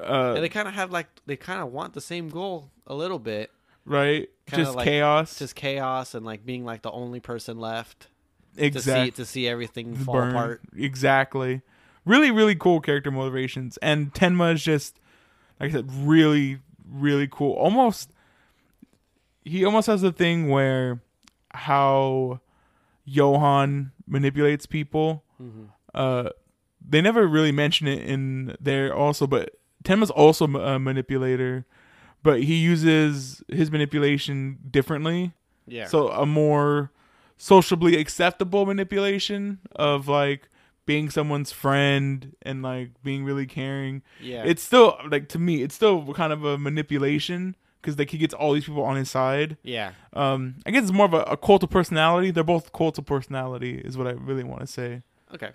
S1: uh
S2: and they kind of have like they kind of want the same goal a little bit,
S1: right
S2: kinda
S1: just
S2: like-
S1: chaos.
S2: just chaos and like being like the only person left to
S1: exactly.
S2: see to see everything
S1: the
S2: fall
S1: burn.
S2: apart.
S1: Exactly. Really, really cool character motivations. And Tenma is just, like I said, really, really cool. Almost, he almost has the thing where how Johan manipulates people.
S2: Mm-hmm.
S1: Uh, they never really mention it in there also, but Tenma's also a manipulator, but he uses his manipulation differently.
S2: Yeah,
S1: So a more sociably acceptable manipulation of like being someone's friend and like being really caring.
S2: yeah,
S1: It's still like to me, it's still kind of a manipulation because like he gets all these people on his side.
S2: yeah,
S1: Um, I guess it's more of a, a cult of personality. They're both cults of personality, is what I really want to say.
S2: okay.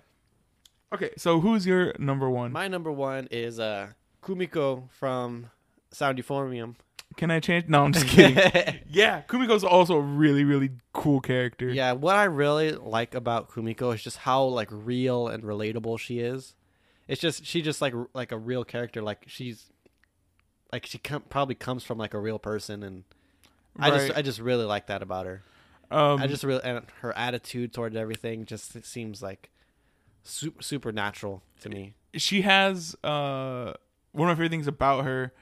S1: Okay, so who's your number one?
S2: My number one is uh Kumiko from Sound Euphorium.
S1: Can I change? No, I'm just kidding. yeah, Kumiko's also a really, really cool character.
S2: Yeah, what I really like about Kumiko is just how like real and relatable she is. It's just she just like r- like a real character. Like she's like she com- probably comes from like a real person, and I just
S1: Right.
S2: I just really like that about her.
S1: um,
S2: I just really and her attitude toward everything just it seems like su- supernatural to me.
S1: she has uh one of my favorite things about her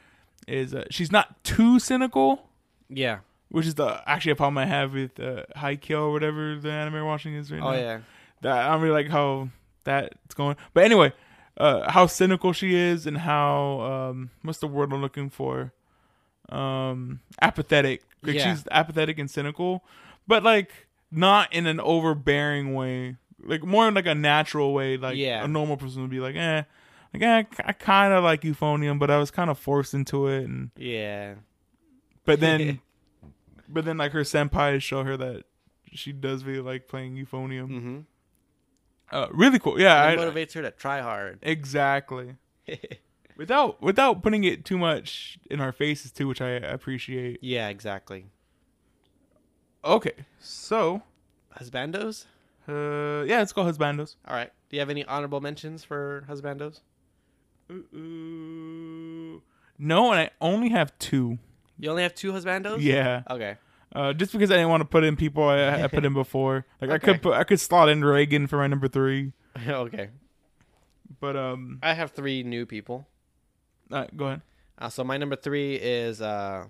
S1: is uh, she's not too cynical,
S2: Yeah.
S1: which is the actually a problem I have with uh, Haikyuu or whatever the anime we're watching is right now.
S2: Oh yeah.
S1: That I don't really like how that's going. But anyway, uh, how cynical she is and how um what's the word I'm looking for? Um, apathetic. Like
S2: Yeah.
S1: she's apathetic and cynical, but like not in an overbearing way. Like more in like a natural way. Like
S2: Yeah.
S1: a normal person would be like, eh, like eh, I kind of like euphonium, but I was kind of forced into it. And
S2: Yeah.
S1: but then, but then like her senpais show her that she does really like playing euphonium.
S2: Mm-hmm.
S1: Uh, really cool. Yeah, I-
S2: It motivates her to try hard.
S1: exactly. Without without putting it too much in our faces too, which I appreciate.
S2: yeah, exactly.
S1: Okay, so
S2: Husbandos?
S1: uh, yeah, let's go husbandos.
S2: All right. Do you have any honorable mentions for husbandos?
S1: Ooh. No, and I only have two.
S2: You only have two husbandos?
S1: Yeah,
S2: Okay.
S1: uh, just because I didn't want to put in people I, I put in before. Like I could
S2: Okay.
S1: put, I could slot in Reagan for my number three,
S2: okay.
S1: but um,
S2: I have three new people.
S1: uh, go ahead.
S2: Uh, so my number three is uh,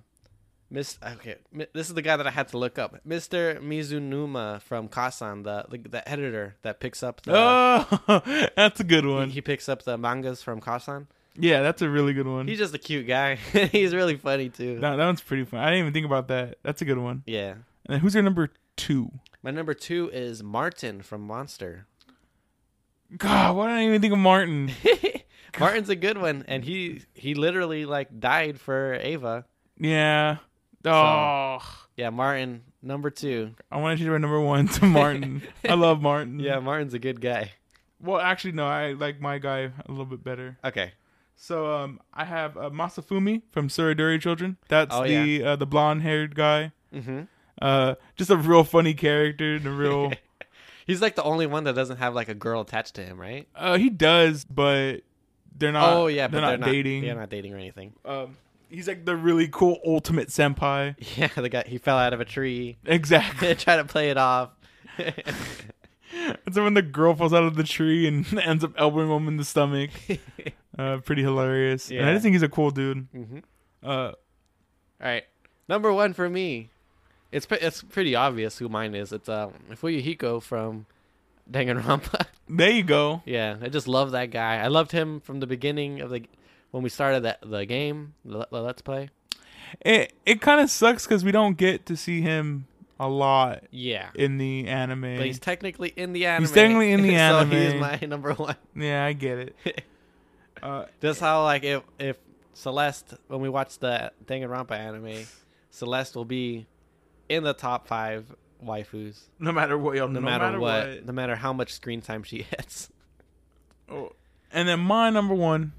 S2: Miss. Okay, mi- this is the guy that I had to look up, Mister Mizunuma from Kasan, the, the the editor that picks up the
S1: oh, that's a good
S2: he,
S1: one. Mm-hmm.
S2: he picks up the mangas from Kasan.
S1: Yeah, that's a really good one.
S2: He's just a cute guy. He's really funny too.
S1: That, that one's pretty fun. I didn't even think about that. That's a good one.
S2: Yeah.
S1: And then who's your number two?
S2: My number two is Martin from Monster.
S1: God, why didn't I even think of Martin?
S2: Martin's a good one, and he he literally like died for Ava.
S1: Yeah. Oh,
S2: Yeah, Martin number two.
S1: I wanted you to write number one to Martin. I love Martin.
S2: Yeah, Martin's a good guy.
S1: Well, actually, no. I like my guy a little bit better.
S2: Okay,
S1: So, um, I have uh, Masafumi from Suriduri Children. That's
S2: Oh,
S1: the
S2: yeah.
S1: uh, the blonde haired guy.
S2: hmm
S1: Uh, just a real funny character and a real.
S2: he's like the only one that doesn't have like a girl attached to him, right?
S1: uh, he does, but they're not.
S2: oh yeah,
S1: Uh, they're,
S2: but
S1: not, dating.
S2: They're not dating or anything.
S1: Um, he's like the really cool ultimate senpai.
S2: Yeah, the guy he fell out of a tree.
S1: Exactly.
S2: Try to play it off.
S1: That's when the girl falls out of the tree and ends up elbowing him in the stomach. Uh, pretty hilarious. And I
S2: Yeah.
S1: just think he's a cool dude.
S2: Mhm.
S1: Uh,
S2: All right, number one for me. It's pre- it's pretty obvious who mine is. It's um Fuyuhiko from Danganronpa.
S1: there you go.
S2: yeah, I just love that guy. I loved him from the beginning of the when we started that the game, the, the Let's Play.
S1: It it kind of sucks because we don't get to see him a lot
S2: Yeah,
S1: in the anime.
S2: but he's technically in the anime.
S1: technically in the
S2: so he is
S1: anime.
S2: my number one.
S1: yeah, I get it. uh,
S2: That's how like if if Celeste when we watch the Danganronpa anime, Celeste will be in the top five waifus
S1: no matter what, y'all.
S2: no,
S1: No,
S2: matter, what, no matter how much screen time she gets.
S1: Oh. And then my number one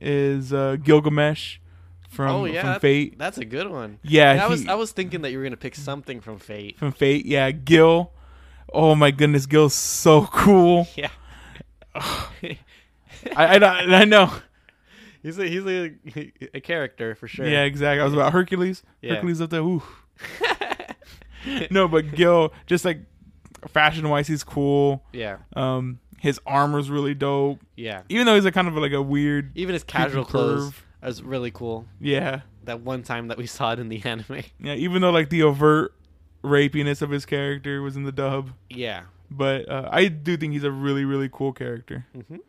S1: is uh, Gilgamesh from
S2: oh yeah,
S1: from
S2: that's-
S1: Fate.
S2: That's a good one.
S1: Yeah,
S2: I
S1: he-
S2: was I was thinking that you were gonna pick something from Fate.
S1: from Fate. Yeah, Gil. Oh my goodness, Gil's so cool.
S2: Yeah.
S1: I I, I know.
S2: he's a, he's a, a character for sure.
S1: Yeah, exactly. I was about Hercules.
S2: Yeah.
S1: Hercules up there. Ooh. no, but Gil, just like fashion wise, he's cool.
S2: yeah,
S1: Um, his armor's really dope.
S2: yeah.
S1: Even though he's a kind of like a weird,
S2: Even his casual clothes
S1: curve.
S2: is really cool.
S1: yeah,
S2: That one time that we saw it in the anime.
S1: yeah. Even though like the overt rapiness of his character was in the dub,
S2: Yeah.
S1: but uh, I do think he's a really, really cool character.
S2: Mhm.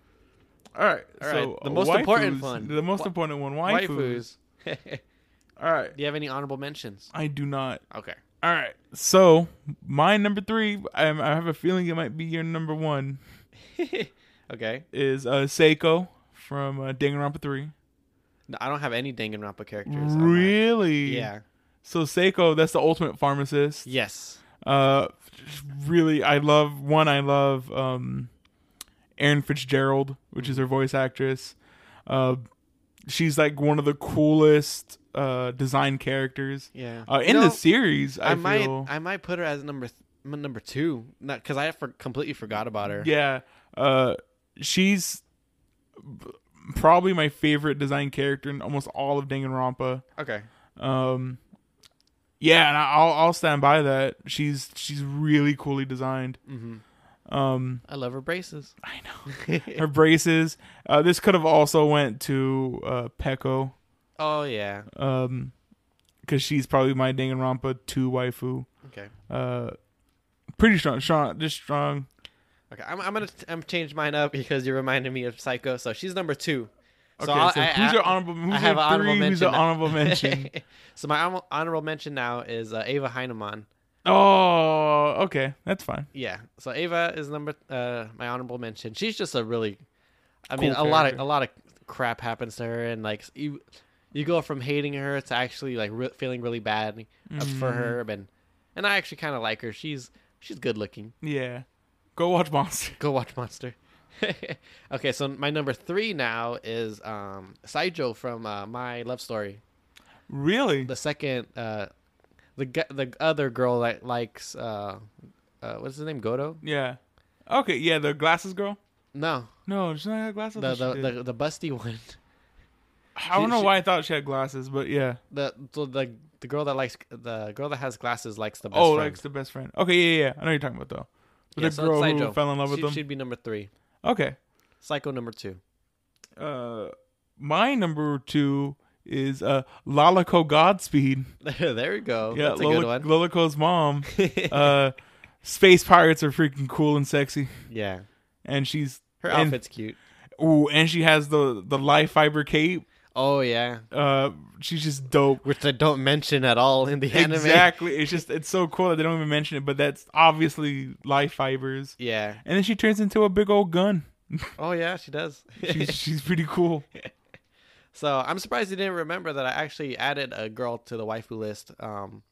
S1: All right,
S2: All
S1: so,
S2: right,
S1: uh,
S2: the most important
S1: waifus-
S2: one.
S1: the most
S2: Wa-
S1: important one, waifus.
S2: Waifus. Do
S1: All right,
S2: you have any honorable mentions?
S1: I do not.
S2: Okay.
S1: All right, so my number three, I, I have a feeling it might be your number one,
S2: okay.
S1: is uh, Seiko from uh, Danganronpa Three.
S2: No, I don't have any Danganronpa characters. on mine.
S1: Really?
S2: Yeah.
S1: So Seiko, that's the ultimate pharmacist.
S2: Yes.
S1: Uh, really, I love one. I love um, Erin Fitzgerald, which is her voice actress. Uh, she's like one of the coolest uh design characters
S2: Yeah.
S1: uh
S2: You
S1: in
S2: know,
S1: the series. I,
S2: I, might
S1: feel
S2: I might put her as number th- m- number two, not because I for- completely forgot about her.
S1: yeah. Uh, she's b- probably my favorite design character in almost all of Danganronpa.
S2: Okay.
S1: Um, yeah, and I- I'll I'll stand by that. She's she's really coolly designed.
S2: Mm-hmm.
S1: Um,
S2: I love her braces.
S1: I know. her braces. Uh, this could have also went to uh, Peko,
S2: oh yeah.
S1: because she's probably my Danganronpa two waifu.
S2: Okay.
S1: Uh, pretty strong, strong, just strong.
S2: Okay. I'm, I'm gonna t- I'm change mine up because you reminded me of Psycho. So she's number two.
S1: Okay, so,
S2: I'll-
S1: who's your honorable? Who's
S2: I have
S1: your
S2: an honorable
S1: three? Who's
S2: mention
S1: your
S2: now.
S1: honorable mention?
S2: so my hon- honorable mention now is uh, Ava Heinemann.
S1: oh, okay, that's fine.
S2: Yeah. So Ava is number uh my honorable mention. She's just a really I mean
S1: Cool
S2: a lot of
S1: character.
S2: a lot of crap happens to her and like you you go from hating her to actually like re- feeling really bad uh, for
S1: Mm-hmm.
S2: her and and I actually kind of like her. She's she's good looking.
S1: Yeah, go watch Monster.
S2: Go watch Monster. okay, so my number 3 now is um Saijo from uh, My Love Story.
S1: Really?
S2: The second uh the gu- the other girl that likes uh uh what's his name? Goto?
S1: Yeah. Okay. Yeah, the glasses girl.
S2: No.
S1: No, she's not got glasses.
S2: The
S1: I thought she
S2: the,
S1: did.
S2: the, the busty one.
S1: I don't
S2: she-
S1: know
S2: she-
S1: why I thought she had glasses, but yeah.
S2: the the the, the girl that likes the girl that has glasses likes the best
S1: Oh,
S2: friend.
S1: likes the best friend. Okay, yeah, yeah, yeah. I know what you're talking about though. But
S2: Yeah,
S1: the
S2: so
S1: girl
S2: it's
S1: who
S2: Saijo.
S1: fell in love with
S2: she,
S1: them.
S2: She'd be number three.
S1: Okay.
S2: Psycho number two.
S1: Uh, my number two is uh Lalako Godspeed.
S2: there we go.
S1: yeah,
S2: Oh, That's a good
S1: Lola,
S2: one.
S1: Lolaco's mom. uh, space pirates are freaking cool and sexy,
S2: yeah,
S1: and she's
S2: her
S1: and,
S2: outfit's cute.
S1: Ooh, and she has the the life fiber cape.
S2: Oh yeah,
S1: Uh, she's just dope.
S2: which they don't mention at all in the anime.
S1: Exactly. It's just it's so cool that they don't even mention it, but that's obviously life fibers.
S2: Yeah.
S1: And then she turns into a big old gun.
S2: Oh yeah, she does.
S1: She's she's pretty cool.
S2: so I'm surprised you didn't remember that I actually added a girl to the waifu list um,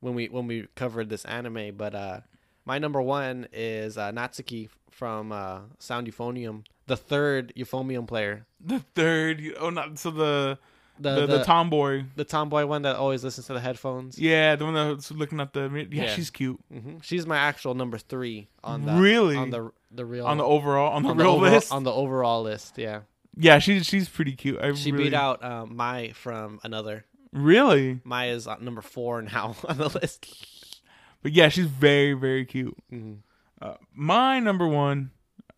S2: when we when we covered this anime. But uh, my number one is uh, Natsuki from uh, Sound Euphonium, the third Euphonium player,
S1: The third, oh not so the
S2: the
S1: the, the, tomboy.
S2: the tomboy one that always listens to the headphones.
S1: Yeah, the one that's looking at the mir- yeah,
S2: Yeah.
S1: she's cute
S2: hmm She's my actual number three on the
S1: Really?
S2: on the the real
S1: on the overall on the
S2: on the
S1: real
S2: overall-
S1: list.
S2: on the overall list. Yeah,
S1: yeah, she's she's pretty cute. I
S2: she
S1: really,
S2: beat out um, Mai from another.
S1: really,
S2: Mai is on number four now on the list.
S1: but yeah, she's very very cute.
S2: Mhm.
S1: Uh, my number one.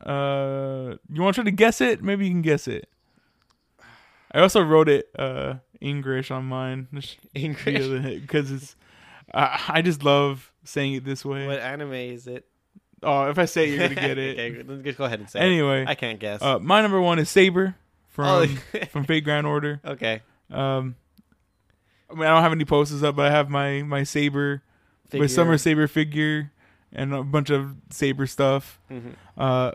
S1: Uh, you want to try to guess it? Maybe you can guess it. I also wrote it uh English on mine
S2: English.
S1: because it's. Uh, I just love saying it this way.
S2: What anime is it?
S1: Oh, if I say it, you're gonna get it.
S2: okay, then just go ahead and say. it.
S1: Anyway,
S2: I can't guess.
S1: uh, um, my number one is Saber from
S2: Oh,
S1: from Fate Grand Order.
S2: okay.
S1: Um, I mean, I don't have any posters up, but I have my my Saber, my
S2: Figure.
S1: Summer Saber figure, and a bunch of Saber stuff.
S2: Mhm.
S1: Uh,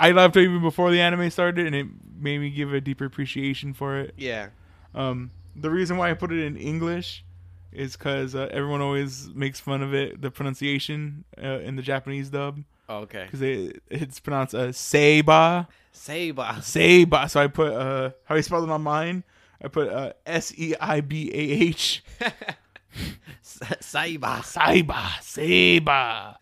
S1: I loved it even before the anime started, and it made me give a deeper appreciation for it.
S2: Yeah.
S1: Um, the reason why I put it in English is because uh, everyone always makes fun of it, the pronunciation uh, in the Japanese dub,
S2: Oh, okay.
S1: because it, it's pronounced uh, Seiba.
S2: Seiba.
S1: Seiba. So I put uh how I spelled it on mine. I put uh S E I B A H.
S2: Seiba.
S1: Saiba. Seiba.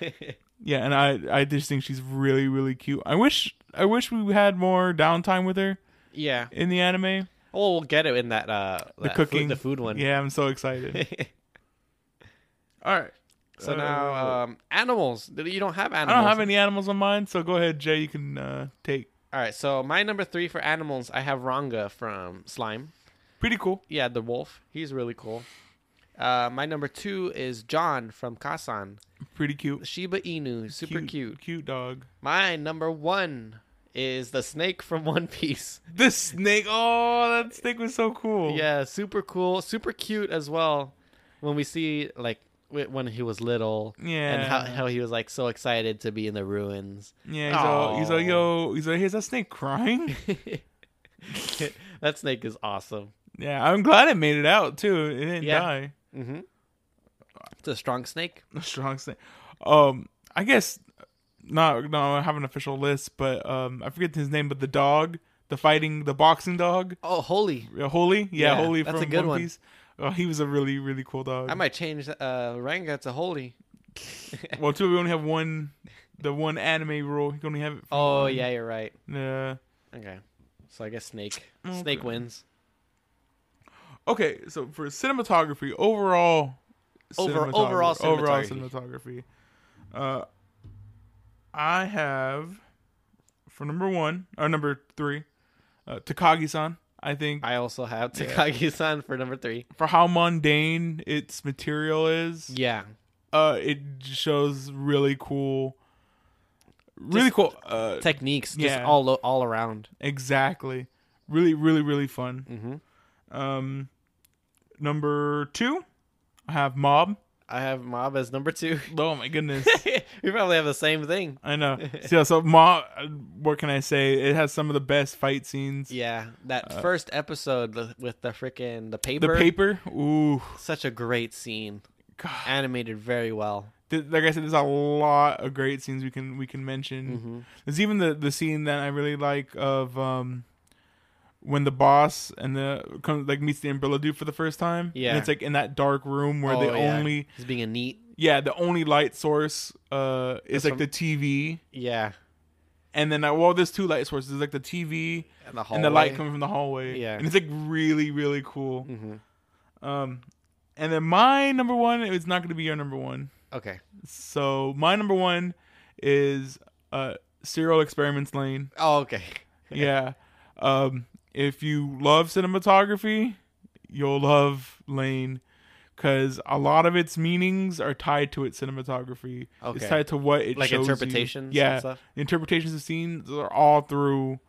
S1: Yeah, and I I just think she's really really cute. I wish I wish we had more downtime with her
S2: yeah.
S1: in the anime.
S2: Well, we'll get it in that uh
S1: The
S2: that
S1: cooking,
S2: food, the food one.
S1: Yeah, I'm so excited. All right.
S2: so
S1: Uh,
S2: now um animals. You don't have
S1: I
S2: animals.
S1: don't have any animals on mine, so go ahead, Jay. You can uh, take.
S2: All right. So my number three for animals, I have Ranga from Slime.
S1: Pretty cool.
S2: Yeah, the wolf. He's really cool. Uh, my number two is John from Kasan.
S1: Pretty cute.
S2: Shiba Inu, super cute.
S1: Cute dog.
S2: My number one is the snake from One Piece.
S1: The snake. Oh, that snake was so cool.
S2: Yeah, super cool, super cute as well. When we see like wh- when he was little, and how,
S1: Yeah.
S2: how he was like so excited to be in the ruins.
S1: Yeah, he's all, he's all,
S2: Aw.
S1: yo, he's all, here's that snake crying.
S2: that snake is awesome.
S1: yeah, I'm glad it made it out too. It didn't
S2: Yeah.
S1: die.
S2: Mm-hmm. It's a strong snake.
S1: A strong snake. Um, I guess not. No, I have an official list, but um, I forget his name, but the dog, the fighting, the boxing dog,
S2: Oh, holy!
S1: uh, Holy. Yeah,
S2: Yeah,
S1: Holy
S2: that's a
S1: from
S2: good
S1: One
S2: one.
S1: Piece. Oh, he was a really really cool dog.
S2: I might change uh, Ranga to holy.
S1: well, too, we only have one, the one anime rule. You can only have it.
S2: Oh yeah, you're right.
S1: Yeah.
S2: Okay, so I guess snake.
S1: Okay.
S2: Snake wins.
S1: Okay, so for cinematography, overall,
S2: Over- overall
S1: overall
S2: cinematography.
S1: cinematography, uh, I have for number one or number three, uh, Takagi-san. I think
S2: I also have Takagi-san for number three.
S1: for how mundane its material is,
S2: Yeah,
S1: uh, it shows really cool, really
S2: Just-
S1: cool. Uh,
S2: techniques just
S1: Yeah.
S2: all o- all around.
S1: exactly, really, really, really fun.
S2: Mm-hmm.
S1: Um, number two, I have Mob.
S2: I have Mob as number two.
S1: Oh my goodness.
S2: we probably have the same thing.
S1: I know. So, yeah, so Ma, what can I say? It has some of the best fight scenes.
S2: Yeah, that first episode the- with the freaking Uh, the
S1: The
S2: paper,
S1: paper, ooh,
S2: such a great scene,
S1: God.
S2: animated very well.
S1: Th- Like I said, there's a lot of great scenes we can we can mention.
S2: Mm-hmm.
S1: There's even the the scene that I really like of um when the boss and the comes like meets the umbrella dude for the first time.
S2: Yeah.
S1: and it's like in that dark room where
S2: Oh,
S1: the
S2: yeah.
S1: only
S2: he's being a neat.
S1: yeah the only light source uh is
S2: That's
S1: like
S2: from-
S1: the TV,
S2: Yeah,
S1: and then uh, well, there's two light sources. There's like the TV
S2: and the
S1: and the light coming from the hallway.
S2: Yeah.
S1: and it's like really really cool.
S2: hmm
S1: Um, and then my number one is not going to be your number one.
S2: Okay.
S1: So my number one is uh Serial Experiments Lane.
S2: Oh, okay.
S1: Yeah. Um, if you love cinematography, you'll love Lane because a lot of its meanings are tied to its cinematography. It's
S2: Okay.
S1: tied to what it
S2: Like
S1: shows you.
S2: interpretations and
S1: Yeah,
S2: stuff?
S1: interpretations of scenes are all through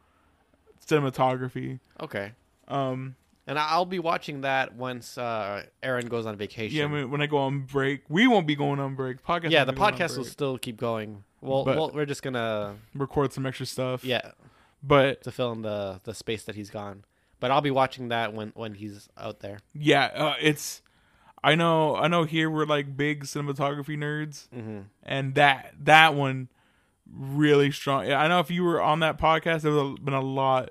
S1: cinematography.
S2: Okay.
S1: Um,
S2: And I- I'll be watching that once uh, Aaron goes on vacation.
S1: yeah, when when I go on break, we won't be going on break. Podcast.
S2: yeah,
S1: won't
S2: the
S1: be going on
S2: podcast will
S1: break.
S2: still keep going. Well,
S1: But-
S2: well, we're just gonna
S1: record some extra stuff.
S2: yeah
S1: but
S2: to fill in the the space that he's gone. But I'll be watching that when when he's out there.
S1: yeah, uh, it's. I know, I know. Here we're like big cinematography nerds,
S2: Mm-hmm.
S1: and that that one really strong. Yeah, I know if you were on that podcast, there would have been a lot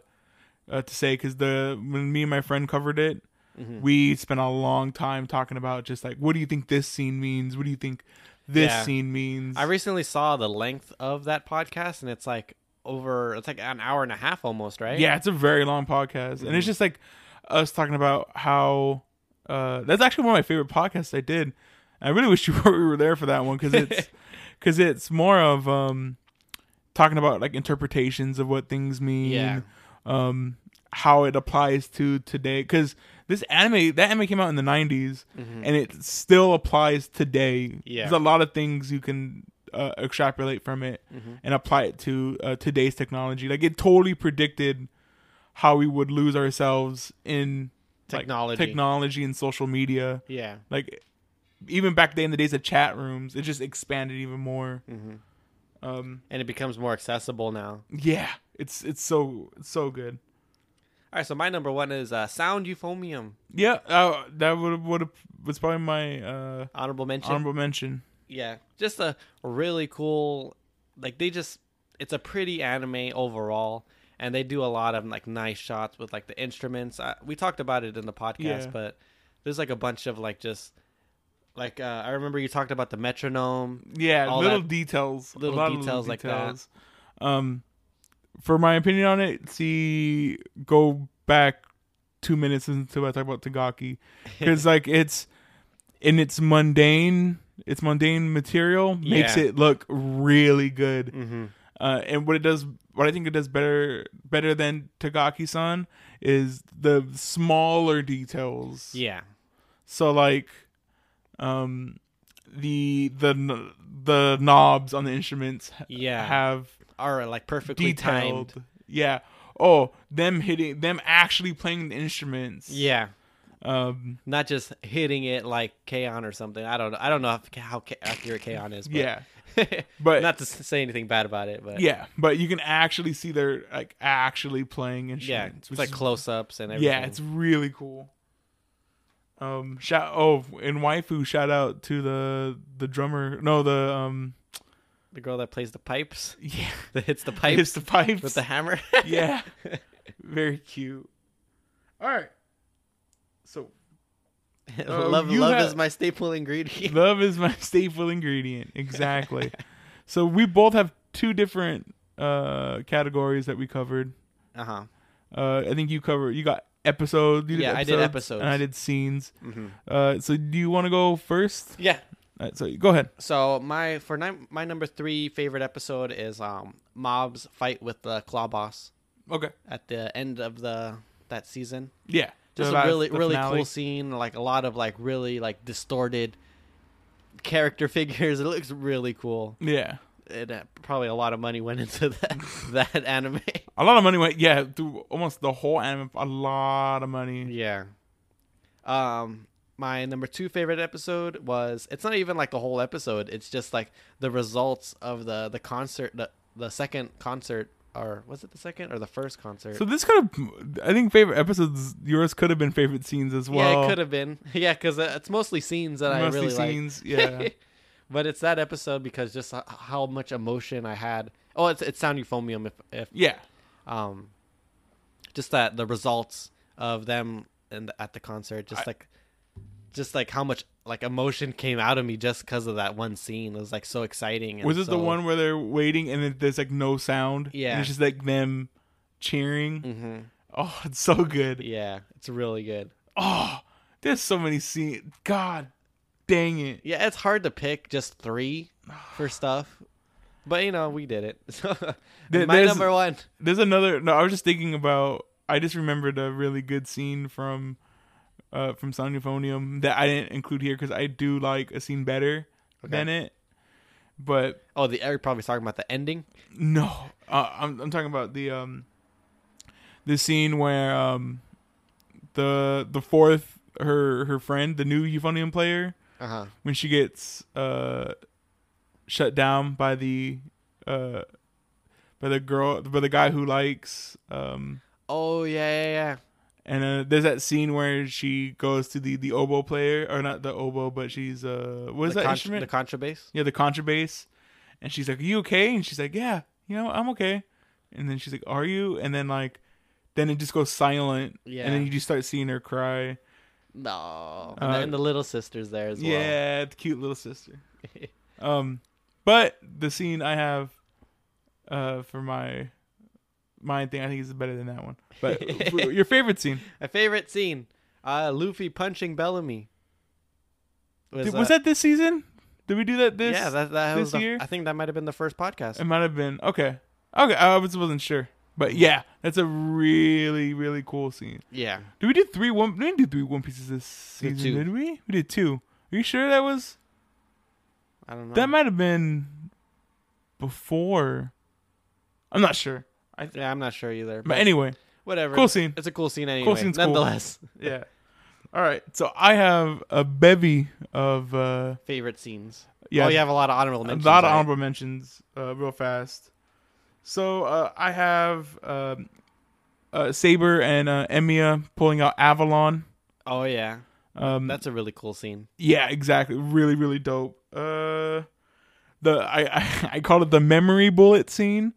S1: uh, to say because the when me and my friend covered it,
S2: Mhm.
S1: we spent a long time talking about just like what do you think this scene means? What do you think this
S2: Yeah.
S1: scene means?
S2: I recently saw the length of that podcast, and it's like over. It's like an hour and a half almost, right? Mm-hmm.
S1: Yeah, it's a very long podcast, and it's just like us talking about how uh, that's actually one of my favorite podcasts I did. I really wish you were, we were there for that one because it's because it's more of um, talking about like interpretations of what things mean,
S2: Yeah.
S1: um, how it applies to today. Because this anime that anime came out in the '90s, and it still applies today.
S2: Mm-hmm. Yeah.
S1: there's a lot of things you can uh, extrapolate from it
S2: Mm-hmm.
S1: and apply it to uh, today's technology. Like it totally predicted how we would lose ourselves in like,
S2: Technology.
S1: technology and social media.
S2: Yeah.
S1: Like even back then in the days of chat rooms, it just expanded even more.
S2: Mm.
S1: Um,
S2: And it becomes more accessible now.
S1: yeah, it's it's so it's so good.
S2: All right, so my number one is uh, Sound Euphonium.
S1: Yeah, uh, that would would was probably my uh,
S2: Honorable mention.
S1: honorable mention.
S2: yeah just a really cool like they just it's a pretty anime overall and they do a lot of like nice shots with like the instruments I, we talked about it in the podcast
S1: Yeah.
S2: but there's like a bunch of like just like uh, i remember you talked about the metronome
S1: Yeah,
S2: all
S1: little
S2: that-
S1: details,
S2: little
S1: a lot of
S2: details like that.
S1: that. Um, for my opinion on it, see, go back two minutes until I talk about Tagaki, because like it's in its mundane, its mundane material makes
S2: Yeah.
S1: it look really good.
S2: mm-hmm.
S1: Uh, and what it does, what I think it does better, better than Tagaki-san is the smaller details.
S2: yeah
S1: So like, um, the the kn- the knobs on the instruments ha-
S2: Yeah.
S1: have
S2: are like perfectly
S1: detailed.
S2: timed
S1: Yeah. Oh, them hitting them actually playing the instruments.
S2: yeah
S1: Um.
S2: not just hitting it like Kaon or something. I don't know. I don't know if, how ca- accurate Kaon is. But
S1: Yeah. But-
S2: but not to s- say anything bad about it. But
S1: Yeah. But you can actually see they're like actually playing
S2: yeah,
S1: instruments.
S2: it's
S1: which
S2: like
S1: is-
S2: close ups and everything.
S1: yeah, it's really cool. Um. Shout. Oh, and waifu. Shout out to the the drummer. No, the um.
S2: the girl that plays the pipes
S1: Yeah.
S2: that hits the pipes
S1: It's the pipes.
S2: with the hammer.
S1: yeah. Very cute. All right. So Oh,
S2: love,
S1: you
S2: love
S1: ha-
S2: is my staple ingredient.
S1: love is my staple ingredient. Exactly. so we both have two different uh categories that we covered.
S2: Uh huh.
S1: Uh I think you cover you got episode. You
S2: Yeah, I did episodes.
S1: And I did scenes.
S2: hmm
S1: Uh so do you want to go first?
S2: Yeah.
S1: All right, so go ahead.
S2: So my for nine, my number three favorite episode is um Mob's fight with the Claw Boss
S1: Okay.
S2: at the end of the that season.
S1: Yeah.
S2: Just
S1: The
S2: a
S1: last-
S2: really
S1: the
S2: really
S1: finale.
S2: cool scene. Like a lot of like really like distorted character figures. It looks really cool.
S1: Yeah.
S2: It, uh, probably a lot of money went into that that anime.
S1: A lot of money went yeah, through almost the whole anime a lot of money.
S2: Yeah. Um, my number two favorite episode was it's not even like the whole episode. It's just like the results of the the concert, the the second concert, or was it the second or the first concert?
S1: So this could have, I think, favorite episodes. Yours could have been favorite scenes as well.
S2: yeah, it could have been. Yeah, because it's mostly scenes that I
S1: Mostly
S2: really like.
S1: scenes. Yeah,
S2: But it's that episode because just h- how much emotion I had. Oh, it's it's sound euphonium. If if
S1: yeah,
S2: um, just that the results of them and at the concert, just
S1: I-
S2: like, just like how much like emotion came out of me just because of that one scene. It was like so exciting. and
S1: Was it the
S2: so-
S1: one where they're waiting and then there's like no sound? and
S2: Yeah.
S1: it's just like them cheering.
S2: Mhm.
S1: Oh, it's so good.
S2: Yeah, it's really good.
S1: Oh, there's so many scenes. God, dang it.
S2: Yeah, it's hard to pick just three for stuff, but you know we did it. So
S1: There-
S2: my
S1: there's-
S2: number one.
S1: There's another. No, I was just thinking about. I just remembered a really good scene from, uh, from Sound Euphonium that I didn't include here because I do like a scene better than it. But
S2: Oh, the Eric probably talking about the ending.
S1: No, uh, I'm I'm talking about the um the scene where um the the fourth her her friend, the new euphonium player,
S2: Uh huh.
S1: when she gets uh shut down by the uh by the girl by the guy who likes um
S2: Oh yeah, yeah, yeah.
S1: and uh, there's that scene where she goes to the the oboe player or not the oboe but she's uh what is
S2: the
S1: that
S2: contra-
S1: instrument
S2: The contrabass.
S1: yeah the contrabass and she's like are you okay and she's like yeah you know i'm okay and then she's like are you and then like then it just goes silent and
S2: Yeah.
S1: then you just start seeing her cry
S2: No.
S1: Uh,
S2: and, then the little sister's there as well.
S1: yeah the cute little sister um but the scene i have uh for my my thing i think is better than that one but for your favorite scene
S2: My favorite scene: uh, Luffy punching Bellamy.
S1: Did-
S2: Was,
S1: was,
S2: uh,
S1: that this season did we do that this
S2: yeah, that, that
S1: this
S2: was the,
S1: year?
S2: I think that might have been the first podcast.
S1: It might have been okay. Okay, I was wasn't sure, but yeah, that's a really really cool scene.
S2: yeah,
S1: Did we do three one? We didn't do three one pieces this
S2: Did
S1: season,
S2: two.
S1: did we? We did two. Are you sure that was
S2: I don't know.
S1: that might have been before? I'm not sure.
S2: yeah, I'm not sure either.
S1: But
S2: But
S1: anyway,
S2: whatever.
S1: cool scene.
S2: It's a cool scene anyway.
S1: scene's cool.
S2: Nonetheless,
S1: Yeah. All right, so I have a bevy of uh
S2: favorite scenes.
S1: yeah
S2: Oh, you have a lot of honorable
S1: a
S2: mentions.
S1: lot of
S2: right?
S1: honorable mentions uh, real fast. So uh, I have um, uh, Saber and uh, Emiya pulling out Avalon.
S2: Oh yeah,
S1: Um,
S2: that's a really cool scene.
S1: yeah, exactly. Really, really dope. Uh, the I, I I call it the memory bullet scene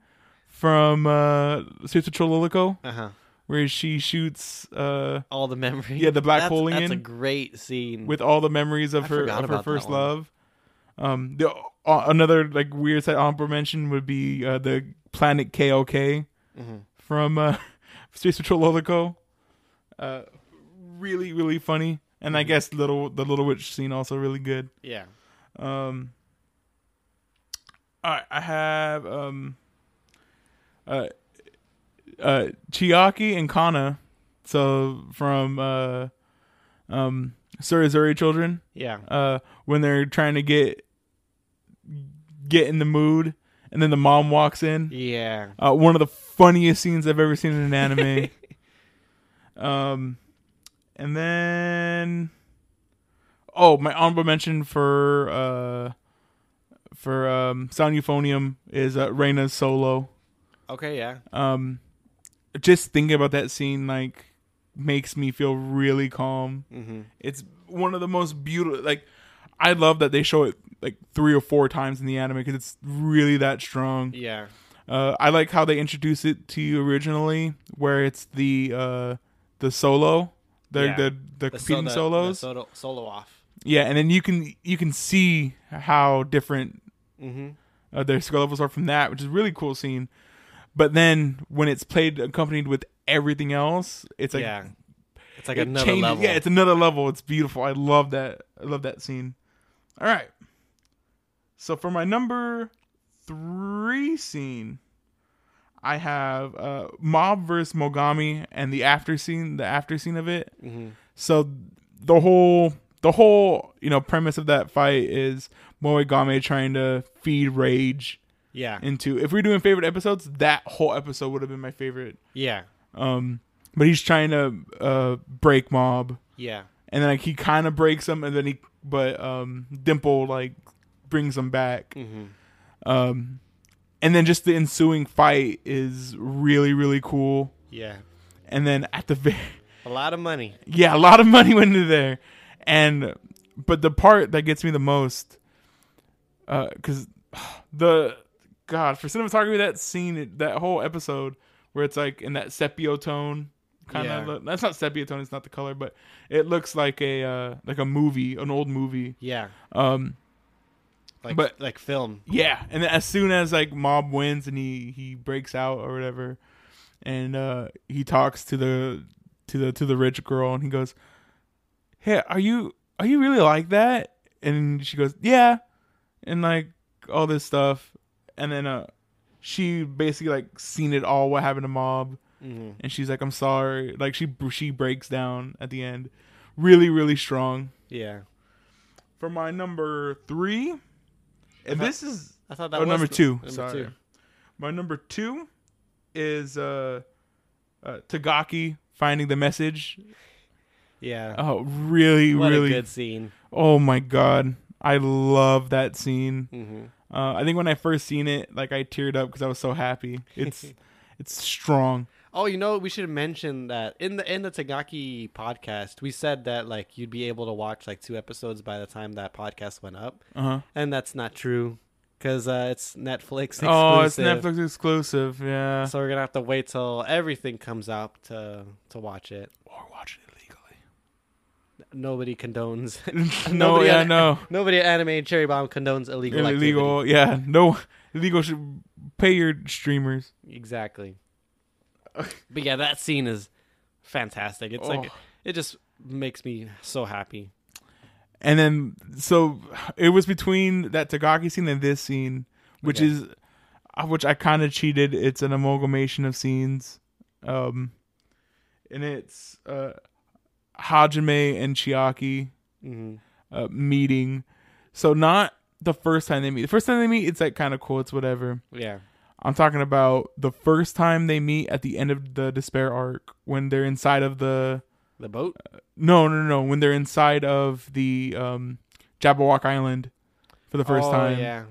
S1: from uh, Streets of Chololico,
S2: Uh huh.
S1: where she shoots uh,
S2: All the memories.
S1: Yeah, the black
S2: that's,
S1: hole
S2: That's a
S1: alien.
S2: great scene.
S1: with all the memories of
S2: I
S1: her
S2: forgot
S1: of her
S2: about that
S1: first
S2: one.
S1: love. Um, the uh, another like weird side honorable mention would be uh, the planet KOK
S2: Mm-hmm.
S1: from uh, Space Patrol Lolico. Uh, really, really funny, and I
S2: Mm-hmm.
S1: guess little the Little Witch scene also really good.
S2: yeah.
S1: Um, all right, I have um, uh, uh, Chiaki and Kana, so from uh, um, Surizuri Children
S2: Yeah.
S1: uh, when they're trying to get get in the mood, and then the mom walks in.
S2: Yeah.
S1: Uh, one of the funniest scenes I've ever seen in an anime. um, and then, oh, my honorable mention for uh, for um, Sound Euphonium is uh, Reina's solo.
S2: Okay. Yeah.
S1: Um, just thinking about that scene like makes me feel really calm
S2: Mm-hmm.
S1: it's one of the most beautiful like i love that they show it like three or four times in the anime because it's really that strong
S2: Yeah.
S1: uh, i like how they introduce it to you originally where it's the uh the solo the
S2: Yeah.
S1: the, the, competing
S2: so-
S1: solos
S2: the solo, solo off.
S1: yeah and then you can you can see how different
S2: Mm-hmm.
S1: uh, their skill levels are from that which is a really cool scene but then when it's played accompanied with everything else it's like
S2: yeah. It's like
S1: it
S2: another
S1: changes-
S2: level.
S1: Yeah, it's another level. It's beautiful. I love that. I love that scene. All right. So for my number three scene, I have uh, Mob versus Mogami and the after scene. The after scene of it.
S2: mm-hmm.
S1: So the whole the whole you know premise of that fight is Moegame trying to feed rage
S2: Yeah.
S1: into. If we're doing favorite episodes, that whole episode would have been my favorite.
S2: Yeah.
S1: Um, but he's trying to uh, break Mob
S2: Yeah.
S1: and then like he kind of breaks him, and then he but um Dimple like brings him back,
S2: Mm-hmm.
S1: um, and then just the ensuing fight is really really cool,
S2: Yeah.
S1: and then at the very
S2: A lot of money.
S1: yeah a lot of money went into there, and but the part that gets me the most, uh, because the God for cinematography that scene that whole episode where it's like in that sepia tone kind
S2: Yeah.
S1: of look that's not sepia tone it's not the color but it looks like a uh like a movie an old movie
S2: Yeah.
S1: um
S2: Like
S1: But-
S2: like film.
S1: yeah and then as soon as like mob wins and he he breaks out or whatever and uh he talks to the to the to the rich girl and he goes hey are you are you really like that and she goes yeah and like all this stuff and then uh she basically like seen it all what happened to mob
S2: Mm-hmm.
S1: and she's like i'm sorry like she she breaks down at the end really really strong
S2: Yeah.
S1: for my number three and this is
S2: I thought
S1: Oh,
S2: that was
S1: number
S2: the-
S1: two.
S2: number
S1: Sorry.
S2: two.
S1: My number two is uh, uh, Tagaki finding the message
S2: Yeah.
S1: Oh, really,
S2: what
S1: really.
S2: a good scene.
S1: oh my god, I love that scene.
S2: Mm-hmm.
S1: Uh, I think when I first seen it, like I teared up because I was so happy. It's it's strong.
S2: Oh, you know, we should mention that in the in the Tagaki podcast, we said that like you'd be able to watch like two episodes by the time that podcast went up,
S1: Uh huh.
S2: and that's not true because uh, it's Netflix exclusive.
S1: Oh, it's Netflix exclusive. Yeah.
S2: So we're gonna have to wait till everything comes out to to watch it.
S1: Or watch it
S2: Nobody condones.
S1: illegally. no,
S2: Nobody
S1: yeah,
S2: on-
S1: no.
S2: Nobody at Anime Cherry Bomb condones illegal.
S1: Illegal. Yeah, no. Illegal should pay your streamers.
S2: Activity. Exactly. but yeah, that scene is fantastic. It's like
S1: Oh.
S2: it just makes me so happy.
S1: And then so it was between that Tagaki scene and this scene, which
S2: Okay.
S1: is uh, which I kind of cheated. It's an amalgamation of scenes, um, and it's uh, Hajime and Chiaki
S2: hmm
S1: uh, meeting. So not the first time they meet. The first time they meet, it's like kind of cool. It's whatever.
S2: Yeah.
S1: I'm talking about the first time they meet at the end of the Despair arc when they're inside of the
S2: The boat.
S1: no, no, no, no. When they're inside of the um, Jabberwock Island for the first
S2: Oh,
S1: time,
S2: Yeah.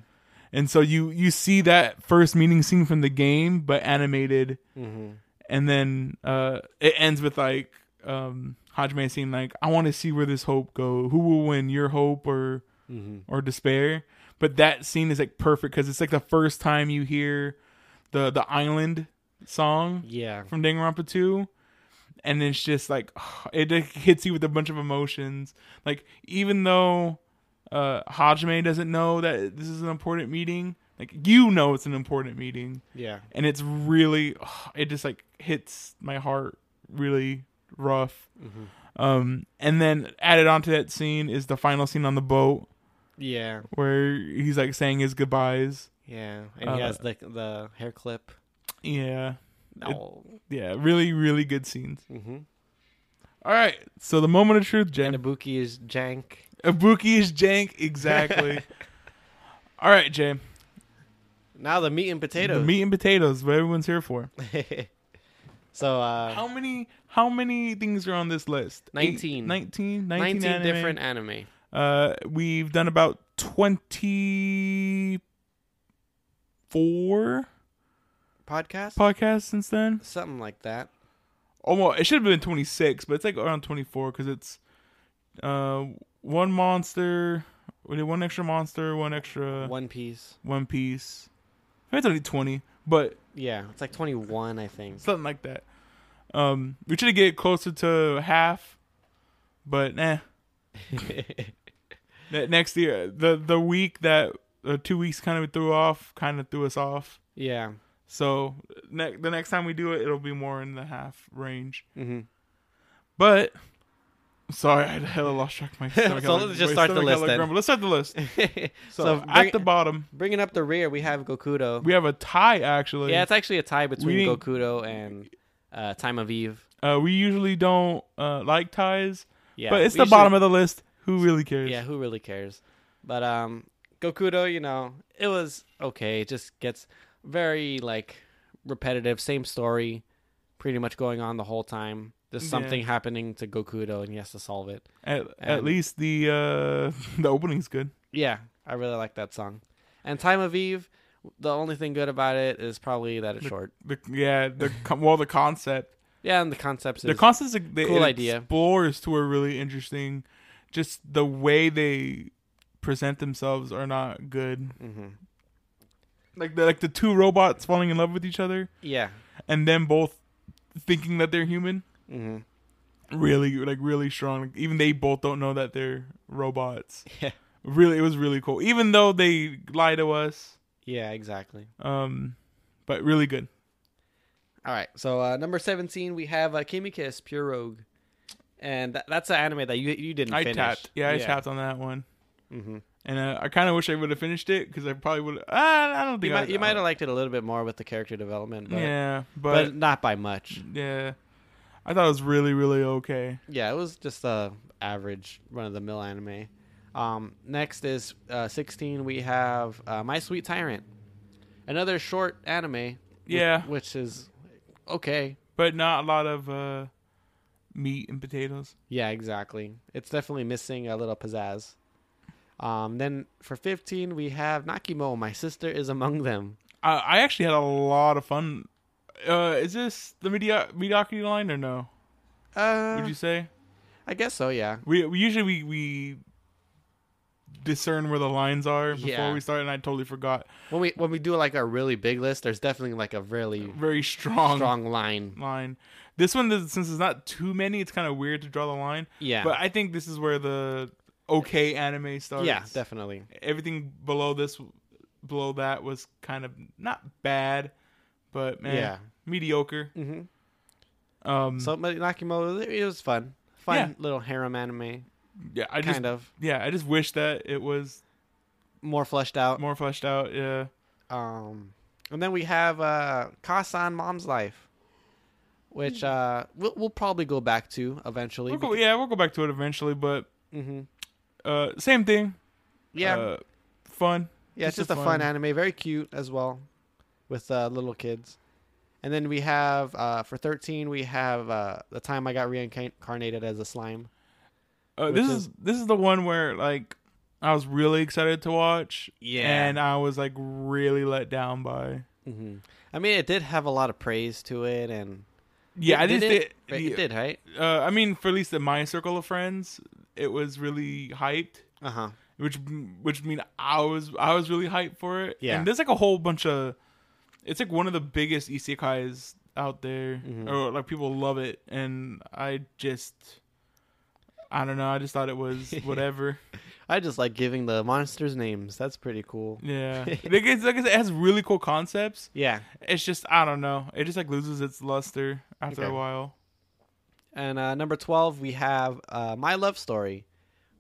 S1: and so you you see that first meeting scene from the game, but animated,
S2: hmm
S1: and then uh, it ends with like um, Hajime saying like, "I want to see where this hope go. Who will win, your hope or
S2: hmm
S1: or despair?" But that scene is like perfect because it's like the first time you hear the the island song
S2: Yeah.
S1: from Danganronpa 2 and it's just like it like, hits you with a bunch of emotions like even though uh Hajime doesn't know that this is an important meeting like you know it's an important meeting
S2: Yeah.
S1: and it's really it just like hits my heart really rough
S2: Mhm.
S1: um and then added onto that scene is the final scene on the boat
S2: Yeah.
S1: where he's like saying his goodbyes
S2: Yeah. And
S1: Uh,
S2: he has the the hair clip.
S1: yeah
S2: No.
S1: yeah really really good scenes
S2: Mm-hmm.
S1: all right so the moment of truth jen
S2: Nabuki is jank.
S1: Ibuki is jank, exactly. All right, Jay.
S2: Now the meat and potatoes.
S1: The meat and potatoes, what everyone's here for.
S2: so uh,
S1: How many how many things are on this list? Eight-
S2: 19.
S1: 19, 19,
S2: 19
S1: anime.
S2: different anime.
S1: Uh we've done about 24
S2: Podcast?
S1: podcasts since then.
S2: Something like that.
S1: Almost Oh, it should have been 26, but it's like around 24 cuz it's uh one monster, we did one extra monster, one extra
S2: One Piece.
S1: one piece. I think It's only 20, but
S2: Yeah. It's like 21, I think.
S1: something like that. Um, we should get closer to half, but eh. Ne- Next year, the the week that uh, two weeks kind of threw off, kind of threw us off.
S2: yeah.
S1: So ne- the next time we do it, it'll be more in the half range.
S2: Mm-hmm.
S1: But sorry, I had hella lost track. Of my stomach
S2: So
S1: hella-
S2: let's just
S1: my
S2: start the
S1: stomach
S2: list
S1: hella
S2: then.
S1: grumbled. Let's start the list. So,
S2: So bring-
S1: at the bottom,
S2: Bringing up the rear, we have Gokudo.
S1: we have a tie. Actually,
S2: yeah, it's actually a tie between
S1: didn't-
S2: Gokudo and uh, Time of Eve.
S1: uh, we usually don't uh, like ties,
S2: Yeah,
S1: but it's
S2: we
S1: the
S2: should-
S1: bottom of the list. Who really cares?
S2: Yeah, who really cares? But um, Gokudo, you know, it was okay. It just gets very like repetitive, same story, pretty much going on the whole time. There's
S1: Yeah.
S2: something happening to Gokudo, and he has to solve it.
S1: At, at
S2: And-
S1: least the uh the opening's good.
S2: Yeah, I really like that song. And Time of Eve, the only thing good about it is probably that it's short.
S1: The yeah, the con- well the concept.
S2: Yeah, and the concepts.
S1: The
S2: Is,
S1: concept's a they,
S2: cool
S1: it
S2: idea.
S1: Explores to are really interesting. Just the way they present themselves are not good.
S2: hmm
S1: Like the, like the two robots falling in love with each other
S2: Yeah.
S1: and them both thinking that they're human.
S2: hmm
S1: Really like really strong. Like, even they both don't know that they're robots.
S2: Yeah.
S1: Really it was really cool. Even though they lie to us.
S2: Yeah. Exactly.
S1: Um but really good.
S2: All right. So uh, number seventeen, we have uh, Kimikis Pure Rogue, and tha- that's an anime that you you didn't
S1: I
S2: finish.
S1: tapped. Yeah, I tapped on that one.
S2: hmm
S1: And uh, I kind of wish I would have finished it because I probably would. I, I don't think
S2: You
S1: I-
S2: might you might have liked it a little bit more with the character development, but
S1: Yeah,
S2: but,
S1: but, Mm.
S2: not by much.
S1: yeah, I thought it was really really okay.
S2: Yeah, it was just a average run of the mill anime. Um, next is uh, sixteen. We have uh, My Sweet Tyrant, another short anime. wh-
S1: Yeah.
S2: which is okay.
S1: But not a lot of uh, meat and potatoes.
S2: Yeah, exactly. It's definitely missing a little pizzazz. Um, then for 15, we have Nakimo. My sister is among them.
S1: I, I actually had a lot of fun. Uh, is this the medi- mediocrity line or no?
S2: Uh,
S1: Would you say
S2: I guess so. Yeah.
S1: we, we usually we, we discern where the lines are before
S2: Yeah.
S1: we start, and I totally forgot.
S2: When we when we do like a really big list, there's definitely like a really
S1: Very strong,
S2: strong line.
S1: line. This one, does- since it's not too many, it's kind of weird to draw the line.
S2: Yeah.
S1: But I think this is where the okay anime starts.
S2: yeah, definitely.
S1: Everything below this, below that was kind of not bad, but man,
S2: Yeah.
S1: mediocre.
S2: hmm
S1: Um,
S2: So but Nakimo, it was fun. Fun little harem anime,
S1: yeah, I just
S2: kind of
S1: yeah, I just wish that it was
S2: more fleshed out.
S1: more fleshed out. Yeah,
S2: Um, and then we have uh, Kasan Mom's Life, which uh, we'll, we'll probably go back to eventually.
S1: Hmm. we'll go, yeah, we'll go back to it eventually, but
S2: hmm
S1: uh, same thing.
S2: Yeah,
S1: uh, fun.
S2: yeah, it's
S1: just
S2: just
S1: a
S2: a fun
S1: fun-
S2: anime, very cute as well, with uh, little kids. And then we have uh, for thirteen, we have uh, the time I got reincarnated as a slime.
S1: Uh,
S2: which
S1: this
S2: is-
S1: is this is the one where like I was really excited to watch,
S2: Yeah.
S1: and I was like really let down by.
S2: hmm I mean, it did have a lot of praise to it, and
S1: Yeah, I
S2: did
S1: just
S2: it?
S1: did.
S2: Right, it did, right?
S1: Uh, I mean, for at least in my circle of friends, it was really hyped,
S2: Uh huh.
S1: which which mean I was I was really hyped for it.
S2: Yeah.
S1: and there's like a whole bunch of, it's like one of the biggest isekais out there,
S2: Mm-hmm.
S1: or like people love it, and I just, I don't know, I just thought it was whatever.
S2: I just like giving the monsters names. That's pretty cool.
S1: yeah, like, it's, like I said, it has really cool concepts.
S2: Yeah.
S1: It's just I don't know, it just like loses its luster after a
S2: Okay.
S1: while.
S2: And uh, number twelve, we have uh, My Love Story,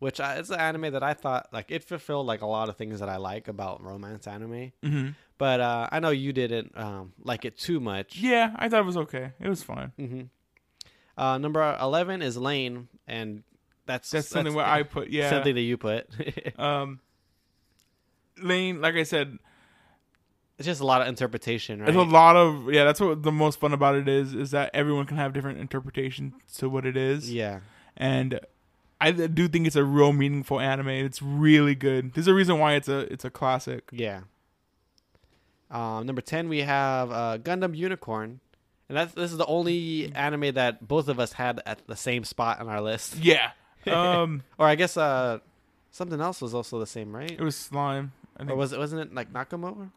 S2: which I, it's an anime that I thought like it fulfilled like a lot of things that I like about romance anime.
S1: Mm-hmm.
S2: But uh, I know you didn't um, like it too much.
S1: Yeah, I thought it was okay. It was fine.
S2: hmm Uh, number eleven is Lane, and that's
S1: That's something where I put yeah.
S2: something that you put.
S1: Um, Lane, like I said,
S2: it's just a lot of interpretation, right?
S1: it's a lot of yeah. That's what the most fun about it is is that everyone can have different interpretations to what it is,
S2: yeah.
S1: and I th- do think it's a real meaningful anime. It's really good. There's a reason why it's a it's a classic.
S2: Yeah. Um, number ten, we have uh, Gundam Unicorn, and that's this is the only anime that both of us had at the same spot on our list.
S1: Yeah. Um,
S2: Or I guess uh, something else was also the same, right?
S1: it was slime. I
S2: Or
S1: think.
S2: Oh, was it wasn't it like Nakamo?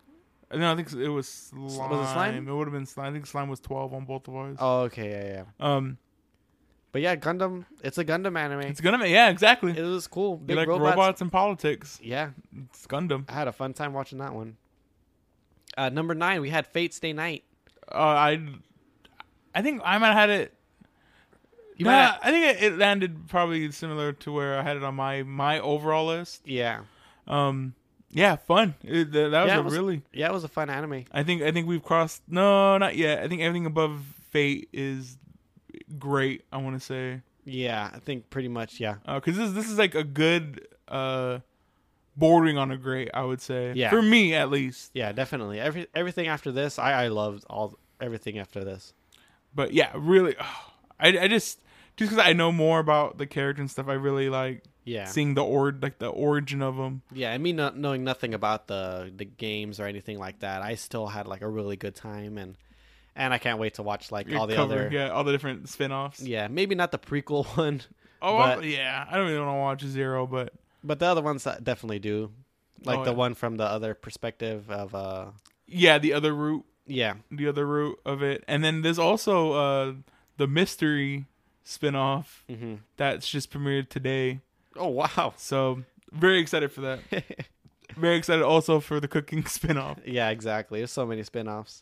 S1: no, I think it was slime.
S2: Was it slime?
S1: It would have been slime. I think slime was twelve on both of ours.
S2: Oh, okay, yeah, yeah.
S1: Um,
S2: But yeah, Gundam. It's a Gundam anime.
S1: it's gonna be yeah, exactly.
S2: It was cool.
S1: you
S2: Big
S1: like robots.
S2: robots.
S1: and politics.
S2: Yeah,
S1: It's Gundam.
S2: I had a fun time watching that one. Uh, number nine, we had Fate Stay Night.
S1: Uh, I, I think I might have had it
S2: You
S1: nah,
S2: might have-
S1: I think it, it landed probably similar to where I had it on my my overall list.
S2: yeah,
S1: Um, yeah, fun. It- th- that was
S2: Yeah,
S1: a
S2: it was-
S1: really.
S2: yeah. It was a fun anime.
S1: I think I think we've crossed. No, not yet. I think everything above Fate is great. I want to say
S2: Yeah, I think pretty much. Yeah.
S1: because this this is like a good, uh, bordering on a great. I would say.
S2: Yeah.
S1: For me, at least.
S2: Yeah, definitely. Every everything after this, I I loved all everything after this.
S1: But yeah, really. I I just just because I know more about the character and stuff, I really like
S2: Yeah,
S1: seeing the or like the origin of them.
S2: yeah. And me not knowing nothing about the the games or anything like that, I still had like a really good time, and and I can't wait to watch like all the other. Yeah.
S1: yeah, all the different spin-offs.
S2: maybe not the prequel one,
S1: Oh
S2: But-
S1: well, yeah, I don't really want to watch Zero, but
S2: but the other ones that definitely do, like
S1: Oh,
S2: the
S1: yeah.
S2: one from the other perspective of uh,
S1: yeah, the other route,
S2: yeah,
S1: the other route of it, and then there's also uh the mystery spin-off
S2: hmm
S1: that's just premiered today.
S2: Oh wow,
S1: So very excited for that. very excited also for the cooking spin-off.
S2: yeah, exactly. There's so many spin-offs.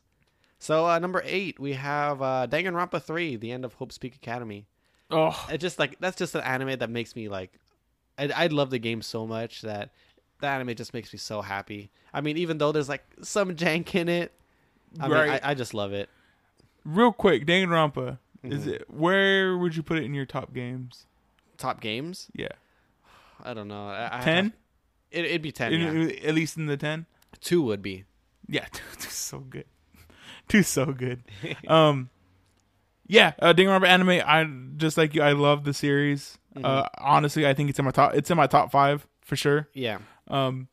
S2: So uh, number eight, we have uh, Danganronpa three, the end of Hope Speak Academy.
S1: Oh,
S2: it just like that's just an anime that makes me like I, I love the game so much that the anime just makes me so happy i mean even though there's like some jank in it i mean
S1: Right.
S2: I, I just love it
S1: real quick, Danganronpa. Is
S2: Mhm.
S1: it where would you put it in your top games?
S2: top games
S1: Yeah,
S2: i don't know I, I have-
S1: ten.
S2: it, it'd be 10
S1: In-
S2: yeah.
S1: in- At least in the ten.
S2: two would be
S1: Yeah, dude, two's so good. Two's so good. Um, Yeah, uh, Ding Remember Anime. I just like you. I love the series.
S2: Mm-hmm.
S1: Uh, honestly, I think it's in my top. It's in my top five for sure.
S2: Yeah.
S1: Um,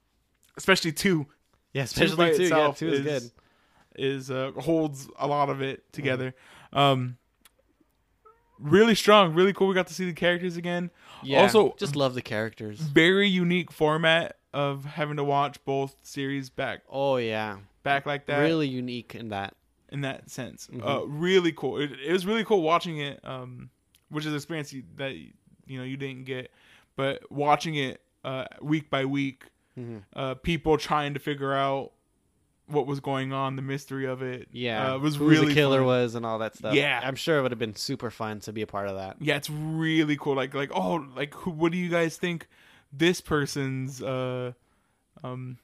S1: especially two.
S2: Yeah,
S1: by
S2: especially two. Yeah,
S1: itself
S2: two is, good.
S1: Is uh, holds a lot of
S2: Mm-hmm.
S1: it together. Um, really strong. Really cool. We got to see the characters again.
S2: Yeah.
S1: Also,
S2: just love the characters.
S1: very unique format of having to watch both series back
S2: Oh yeah,
S1: back like that.
S2: really unique in that.
S1: in that sense. Uh,
S2: Mm-hmm.
S1: really cool. It, it was really cool watching it, um, which is an experience you, that you know you didn't get, but watching it uh, week by week,
S2: Mm-hmm.
S1: uh, people trying to figure out what was going on, the mystery of it.
S2: Yeah,
S1: uh, it was
S2: who
S1: really
S2: the killer
S1: fun.
S2: was and all that stuff.
S1: Yeah.
S2: I'm sure it would have been super fun to be a part of that.
S1: Yeah, it's really cool. Like like oh like who, what do you guys think this person's uh um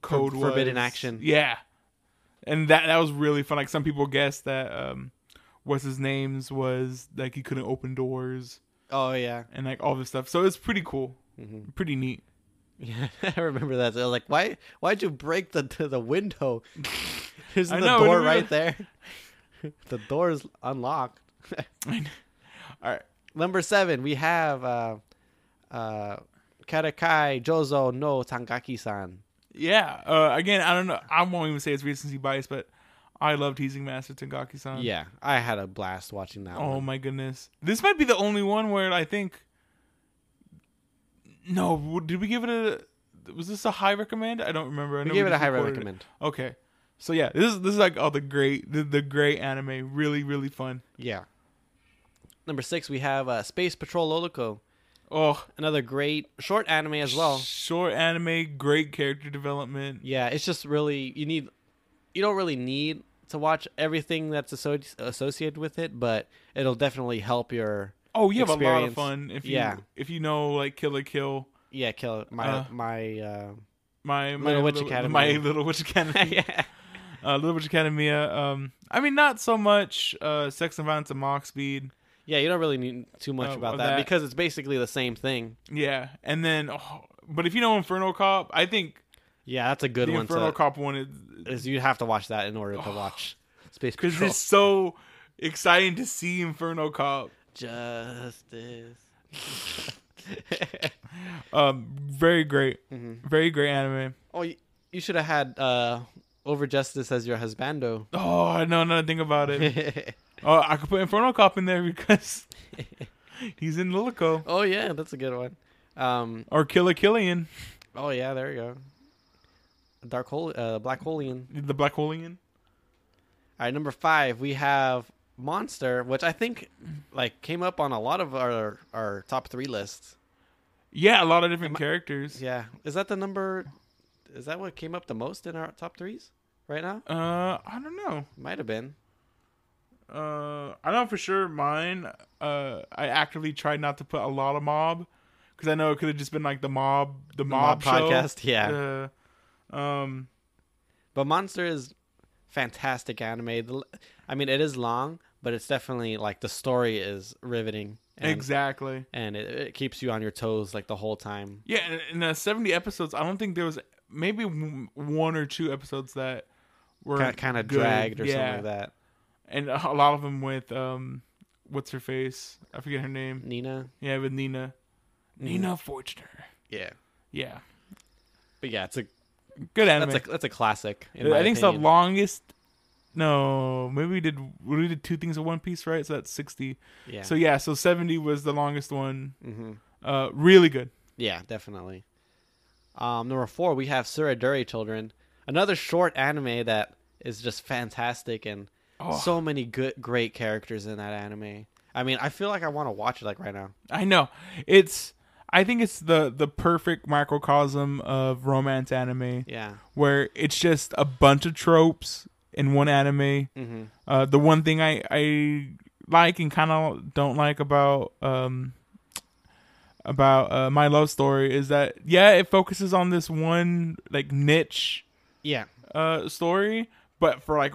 S1: code
S2: For- forbidden
S1: was?
S2: action.
S1: Yeah. And that that was really fun. Like some people guessed that um what's his name's was like he couldn't open doors
S2: Oh yeah,
S1: and like all this stuff. So it's pretty cool.
S2: Mm-hmm.
S1: Pretty neat.
S2: yeah. I remember that. I was like, why? Why'd you break the the, the window? Isn't
S1: I
S2: the
S1: know,
S2: door
S1: dude.
S2: right there? the door is unlocked.
S1: all right.
S2: Number seven, we have uh, uh, Karakai Jozo no Tangaki-san.
S1: Yeah. Uh again, I don't know. I won't even say it's recency bias, but I love teasing Master Tengaki-san.
S2: Yeah, I had a blast watching that.
S1: Oh
S2: one.
S1: my goodness. This might be the only one where I think. No, w- did we give it a? Was this a high recommend? I don't remember. I know
S2: we gave it a
S1: just
S2: high
S1: recorded it.
S2: recommend.
S1: Okay, so yeah, this is this is like all the great the, the great anime, really really fun.
S2: Yeah. Number six, we have uh, Space Patrol Lolico,
S1: Oh,
S2: another great short anime as well.
S1: short anime, great character development.
S2: Yeah, it's just really you need, you don't really need to watch everything that's asso- associated with it, but it'll definitely help your
S1: Oh, you have a lot of
S2: Experience.
S1: fun if you
S2: Yeah.
S1: if you know like Kill a Kill,
S2: yeah kill my
S1: Uh.
S2: my uh,
S1: my my
S2: Little Witch Academy.
S1: my Little Witch Academy,
S2: yeah
S1: uh, Little Witch Academia. Um, I mean, not so much uh, Sex and Violence and Mock Speed.
S2: yeah you don't really need too much
S1: Oh,
S2: about
S1: of
S2: that,
S1: that.
S2: because it's basically the same thing.
S1: Yeah, and then, oh, but if you know Inferno Cop, I think
S2: Yeah, that's a good
S1: the
S2: one.
S1: Inferno
S2: To,
S1: Cop one is
S2: is you have to watch that in order to watch Space
S1: because
S2: Patrol.
S1: it's so exciting to see Inferno Cop.
S2: Justice.
S1: Um, very great,
S2: Mm-hmm.
S1: very great anime.
S2: Oh, you, you should have had uh, Over Justice as your husbando.
S1: Oh, I know nothing about it. oh, I could put Inferno Cop in there because he's in Lilico
S2: oh yeah, that's a good one. Um,
S1: or Killer Killian,
S2: oh yeah, there you go. Dark hole, uh, black holeian.
S1: the Black Holian.
S2: All right, number five, we have Monster, which I think like came up on a lot of our our top three lists.
S1: Yeah, a lot of different characters.
S2: Yeah, is that the number? Is that what came up the most in our top threes right now?
S1: Uh, I don't know.
S2: Might have been.
S1: Uh, I know for sure mine. Uh, I actively tried not to put a lot of mob because I know it could have just been like the mob, the, mob,
S2: Mob
S1: show.
S2: podcast, yeah.
S1: Uh, um,
S2: But Monster is fantastic anime. The, l- I mean, it is long, but it's definitely like the story is riveting. And,
S1: exactly.
S2: And it, it keeps you on your toes like the whole time.
S1: Yeah, in, in the seventy episodes, I don't think there was maybe w- one or two episodes that were
S2: Kind of dragged or something like that.
S1: And a lot of them with um, what's her face? I forget her name.
S2: Nina.
S1: Yeah, with Nina.
S2: Mm.
S1: Nina Fortner.
S2: Yeah.
S1: Yeah,
S2: But yeah, it's a
S1: good anime.
S2: that's a that's a classic. In
S1: I
S2: my
S1: think it's the
S2: opinion.
S1: longest. No, maybe we did we did two things in one piece, right? So that's sixty.
S2: Yeah.
S1: So yeah, so seventy was the longest one.
S2: hmm
S1: Uh, really good.
S2: Yeah, definitely. Um, number four, we have Suraduri Children, another short anime that is just fantastic and
S1: Oh.
S2: so many good, great characters in that anime. I mean, I feel like I want to watch it like right now.
S1: I know. It's I think it's the the perfect microcosm of romance anime,
S2: Yeah.
S1: where it's just a bunch of tropes in one anime.
S2: hmm
S1: Uh, the one thing I I like and kind of don't like about um about uh, my love story is that yeah, it focuses on this one like niche
S2: Yeah.
S1: uh story, but for like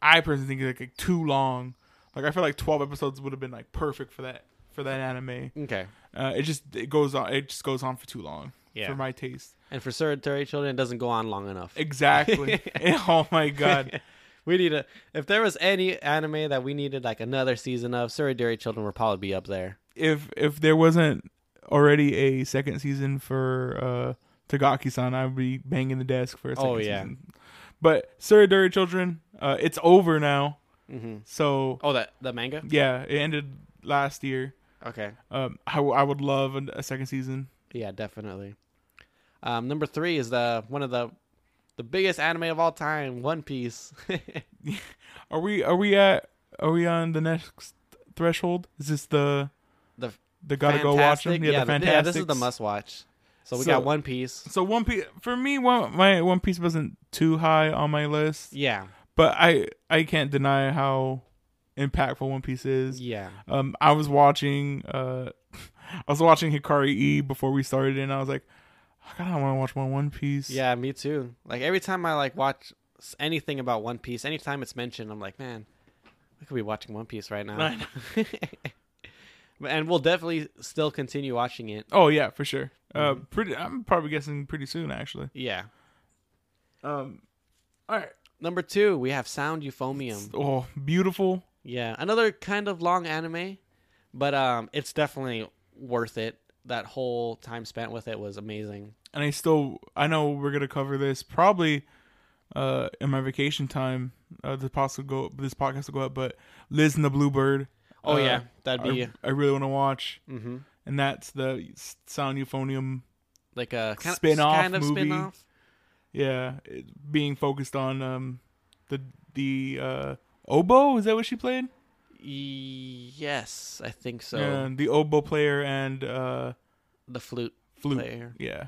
S1: I personally think it's like too long. Like I feel like twelve episodes would have been like perfect for that for that anime.
S2: Okay.
S1: Uh, it just it goes on it just goes on for too long
S2: Yeah.
S1: for my taste.
S2: And for Surrey Children, it doesn't go on long enough.
S1: Exactly. oh my god.
S2: we need a. If there was any anime that we needed like another season of, Suridari Children would probably be up there.
S1: if if there wasn't already a second season for uh Tagaki-san, I'd be banging the desk for a second
S2: Oh, yeah.
S1: season. But Suridori Children, uh, it's over now.
S2: Mm-hmm.
S1: So
S2: Oh, that the manga.
S1: yeah, it ended last year.
S2: Okay.
S1: Um, I, w- I would love an- a second season.
S2: Yeah, definitely. Um, number three is the one of the the biggest anime of all time, One Piece.
S1: Are we are we at are we on the next threshold? Is this the
S2: The
S1: the gotta go watch them?
S2: Fantastic-
S1: Yeah, the
S2: th-
S1: fantastic.
S2: yeah, this is the must watch. So we
S1: So-
S2: got One Piece.
S1: So One Piece for me, one my One Piece wasn't too high on my list,
S2: Yeah,
S1: but I I can't deny how impactful One Piece is.
S2: yeah.
S1: Um, I was watching uh, I was watching Hikari E before we started, and I was like, I kind of want to watch more One Piece.
S2: Yeah, me too. Like every time I like watch s- anything about One Piece, anytime it's mentioned, I'm like, man, we could be watching One Piece right now.
S1: I
S2: and we'll definitely still continue watching it.
S1: Oh yeah, for sure. Uh,
S2: Mm-hmm.
S1: pretty. I'm probably guessing pretty soon, actually.
S2: Yeah.
S1: Um, all right.
S2: Number two, we have Sound Euphonium.
S1: Oh, beautiful.
S2: Yeah, another kind of long anime, but um, it's definitely worth it. That whole time spent with it was amazing.
S1: and I still I know we're gonna cover this probably uh in my vacation time. Uh, this podcast will go this podcast will go up, but Liz and the Bluebird.
S2: Oh
S1: uh,
S2: yeah, that'd be
S1: I, I really want to watch,
S2: hmm
S1: and that's the Sound Euphonium.
S2: like a kind
S1: Spin-off
S2: of kind of
S1: movie.
S2: spin-off.
S1: Yeah, it, being focused on um the the uh oboe is that what she played?
S2: Yes, I think so.
S1: yeah, the oboe player and uh
S2: The flute
S1: flute.
S2: player.
S1: Yeah,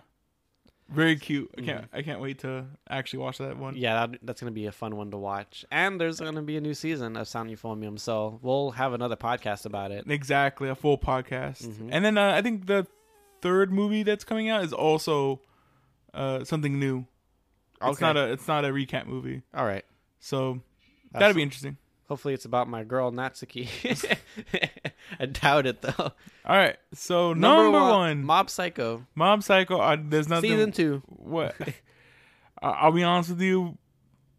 S1: very cute. I can't I can't wait to actually watch that one.
S2: Yeah, that, that's going to be a fun one to watch. And there's going to be a new season of Sound Euphonium, so we'll have another podcast about it.
S1: Exactly, a full podcast.
S2: Mhm.
S1: And then uh, I think the third movie that's coming out is also uh, something new. It's
S2: Okay.
S1: not a it's not a recap movie,
S2: All right.
S1: so that'll
S2: That's-
S1: be interesting.
S2: Hopefully it's about my girl Natsuki. I doubt it though.
S1: All right, so number, one,
S2: Mob Psycho
S1: Mob Psycho. I, there's nothing.
S2: season 2.
S1: What? I, I'll be honest with you,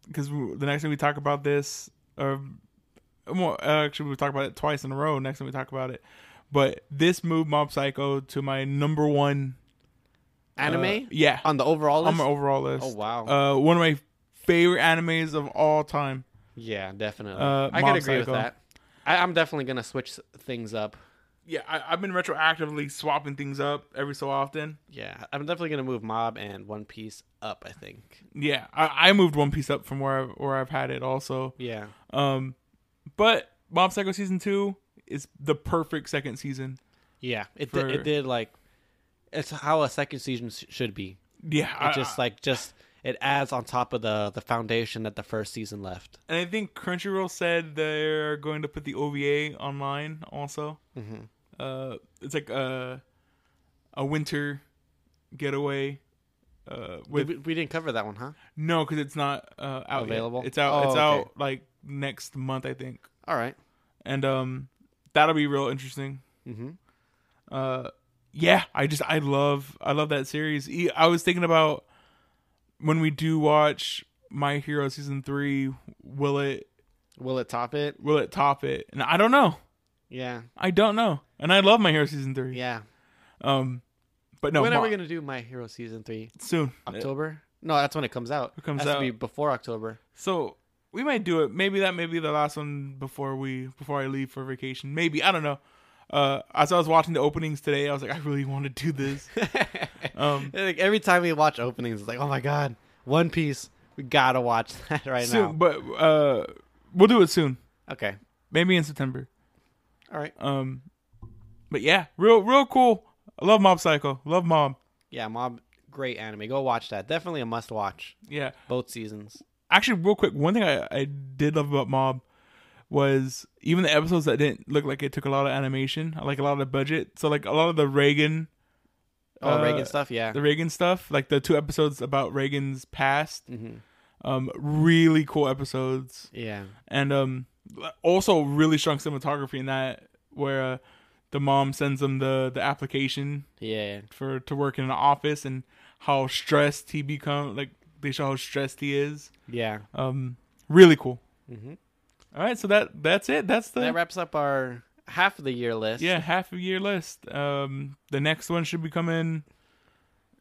S1: because the next time we talk about this, or well, actually we talk about it twice in a row. Next time we talk about it, but this moved Mob Psycho to my number one uh,
S2: Anime
S1: yeah,
S2: on the overall
S1: on
S2: list.
S1: my overall list.
S2: oh wow.
S1: Uh, one of my favorite animes of all time.
S2: yeah, definitely.
S1: uh,
S2: I
S1: Mob
S2: could agree with
S1: Psycho.
S2: that. I, I'm definitely going to switch s- things up.
S1: Yeah, I, I've been retroactively swapping things up every so often.
S2: Yeah, I'm definitely going to move Mob and One Piece up, I think.
S1: Yeah, I, I moved One Piece up from where I've, where I've had it also.
S2: Yeah.
S1: Um, but Mob Psycho season two is the perfect second season.
S2: Yeah, it
S1: for-
S2: did, it did like it's how a second season sh- should be.
S1: Yeah,
S2: It just like just it adds on top of the the foundation that the first season left.
S1: and I think Crunchyroll said they're going to put the OVA online also.
S2: Mhm.
S1: Uh, it's like a a winter getaway. Uh, with
S2: we, we didn't cover that one, huh?
S1: No, because it's not uh, out yet.
S2: Available?
S1: It's out.
S2: Oh,
S1: it's
S2: okay.
S1: out like next month, I think,
S2: All right.
S1: and um, that'll be real interesting.
S2: Mm-hmm.
S1: Uh, yeah, I just I love I love that series. E- I was thinking about when we do watch My Hero season three, will it
S2: Will it top it?
S1: will it top it? And I don't know.
S2: Yeah.
S1: I don't know. And I love My Hero season three.
S2: Yeah.
S1: Um, but no,
S2: when are
S1: Ma-
S2: we gonna do My Hero season three?
S1: soon
S2: October? No, that's when it comes out.
S1: It comes
S2: Has to
S1: out.
S2: be before October.
S1: So we might do it. Maybe that may be the last one before we before I leave for vacation. Maybe I don't know. Uh, as I was watching the openings today, I was like, I really want to do this. Um,
S2: like every time we watch openings, it's like, oh my god, One Piece. We gotta watch that right
S1: soon,
S2: now.
S1: but uh, we'll do it soon.
S2: Okay.
S1: Maybe in September.
S2: All right.
S1: Um, but yeah, real real cool. I love Mob Psycho. Love Mob.
S2: Yeah, Mob. Great anime. Go watch that. Definitely a must watch.
S1: Yeah.
S2: Both seasons.
S1: Actually, real quick, one thing I, I did love about Mob was even the episodes that didn't look like it took a lot of animation, like a lot of budget. So like a lot of the Reagan
S2: Oh,
S1: uh,
S2: Reagan stuff. Yeah.
S1: the Reagan stuff, like the two episodes about Reagan's past,
S2: hmm
S1: um, really cool episodes,
S2: Yeah.
S1: and um, also really strong cinematography in that where uh, the mom sends him the the application
S2: Yeah.
S1: for to work in an office and how stressed he become, like they show how stressed he is,
S2: Yeah.
S1: um, really cool.
S2: Mhm.
S1: All right, so that that's it. That's the
S2: That wraps up our half of the year list.
S1: yeah half a year list. Um, the next one should be coming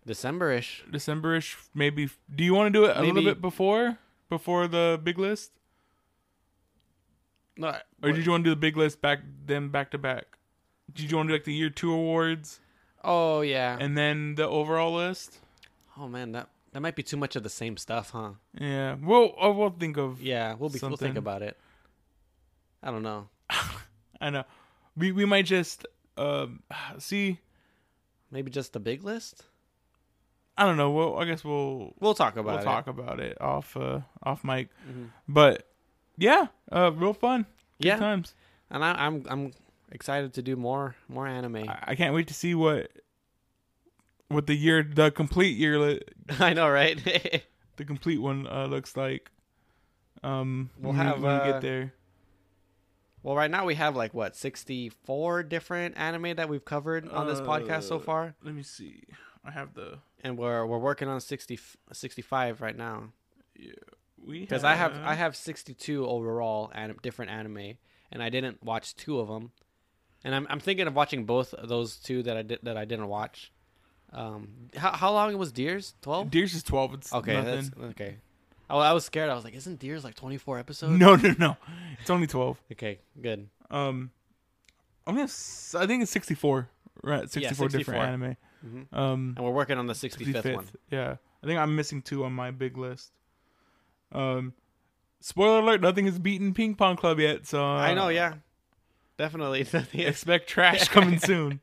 S2: December-ish.
S1: Decemberish. Maybe. Do you want to do it a little
S2: Maybe-
S1: bit before before the big list,
S2: No, I-
S1: or did you want to do the big list back then back to back? Did you want to do like the year two awards
S2: oh yeah.
S1: and then the overall list?
S2: oh man, that that might be too much of the same stuff, huh?
S1: Yeah, we'll uh, we'll think of.
S2: Yeah, we'll be we'll think
S1: Something.
S2: about it. I don't know.
S1: I know. We we might just um see.
S2: Maybe just the big list.
S1: I don't know. Well, I guess we'll
S2: We'll talk about
S1: we'll
S2: it.
S1: talk about it off uh, off mic.
S2: Mhm.
S1: But yeah, uh, real fun. Good
S2: Yeah.
S1: times.
S2: And I, I'm I'm excited to do more more anime.
S1: I, I can't wait to see what what the year the complete year li-
S2: I know, right?
S1: the complete one uh, looks like. Um,
S2: We'll
S1: when we-
S2: have,
S1: when we
S2: uh,
S1: get there.
S2: well, right now we have like what 64 different anime that we've covered on this podcast so
S1: Uh,
S2: far,
S1: Let me see. I have the
S2: and we're we're working on 60 65 right now.
S1: we
S2: because I have I have 62 overall anim- different anime, and I didn't watch two of them, and I'm I'm thinking of watching both of those two that I did that I didn't watch. Um, how how long was Deers? 12.
S1: Deers is twelve. It's
S2: Okay,
S1: nothing.
S2: that's okay. I, I was scared. I was like, isn't Deers like 24 episodes?
S1: No, no, no. It's only twelve.
S2: Okay, good.
S1: Um, I'm gonna. s- I think it's 64. Right, 64, different
S2: 64.
S1: anime.
S2: hmm
S1: Um,
S2: And we're working on the 65th,
S1: 65th.
S2: one.
S1: Yeah, I think I'm missing two on my big list. Um, spoiler alert: nothing has beaten Ping Pong Club yet, so uh,
S2: I know, yeah, definitely. Yes.
S1: Expect trash coming soon.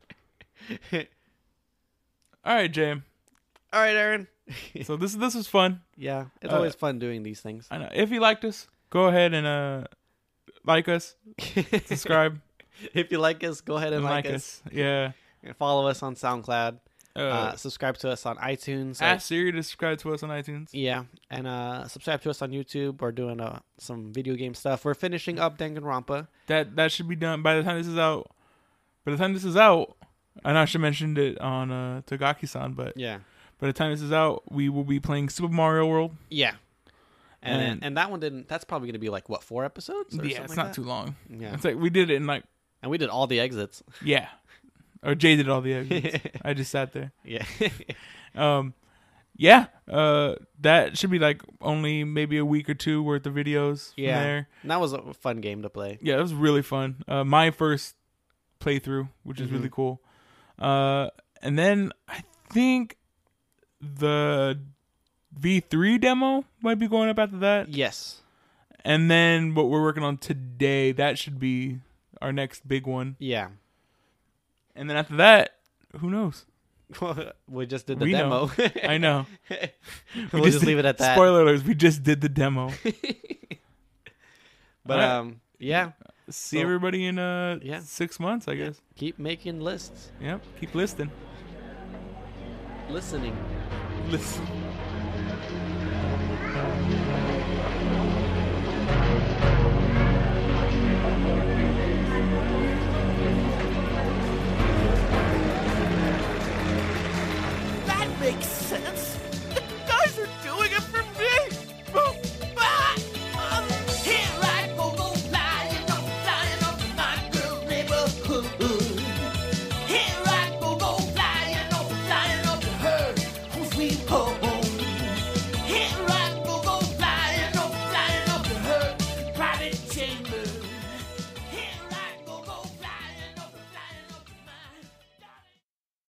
S2: All
S1: All right, Jay.
S2: right, Aaron.
S1: So this this was fun.
S2: yeah, it's
S1: Uh,
S2: always fun doing these things.
S1: I know. If you liked us, go ahead and uh, like us, subscribe,
S2: if you like us, go ahead and,
S1: and like,
S2: us.
S1: us. Yeah.
S2: And follow us on SoundCloud.
S1: Uh,
S2: uh, subscribe to us on iTunes. So-
S1: ask Siri to subscribe to us on iTunes.
S2: yeah, and uh, subscribe to us on YouTube. We're doing uh, some video game stuff. We're finishing up Danganronpa.
S1: That that should be done by the time this is out. By the time this is out, I know I should mentioned it on uh, Tagaki-san, but
S2: Yeah,
S1: by the time this is out, we will be playing Super Mario World.
S2: yeah, and and,
S1: And-
S2: that one didn't. That's probably gonna be like what four episodes? Or
S1: yeah, it's not too long.
S2: too. Yeah,
S1: It's like we did it in like
S2: and we did all the exits.
S1: yeah, or Jay did all the exits. I just sat there.
S2: yeah,
S1: Um, yeah, uh, that should be like only maybe a week or two worth of videos. from
S2: Yeah.
S1: there.
S2: And that was a fun game to play.
S1: yeah, it was really fun. Uh, my first playthrough, which is
S2: Mhm.
S1: really cool. Uh, and then I think the V3 demo might be going up after that.
S2: Yes,
S1: And then what we're working on today, that should be our next big one.
S2: yeah.
S1: And then after that, who knows?
S2: we just did the
S1: We know.
S2: demo.
S1: I know.
S2: we'll
S1: just
S2: just leave it at that.
S1: Spoiler alerts, we just did the demo.
S2: But
S1: Alright.
S2: um, yeah,
S1: See
S2: so-
S1: everybody in uh
S2: Yeah.
S1: 6 months, I guess.
S2: keep making lists,
S1: Yep, keep listening.
S2: listening.
S1: Listen.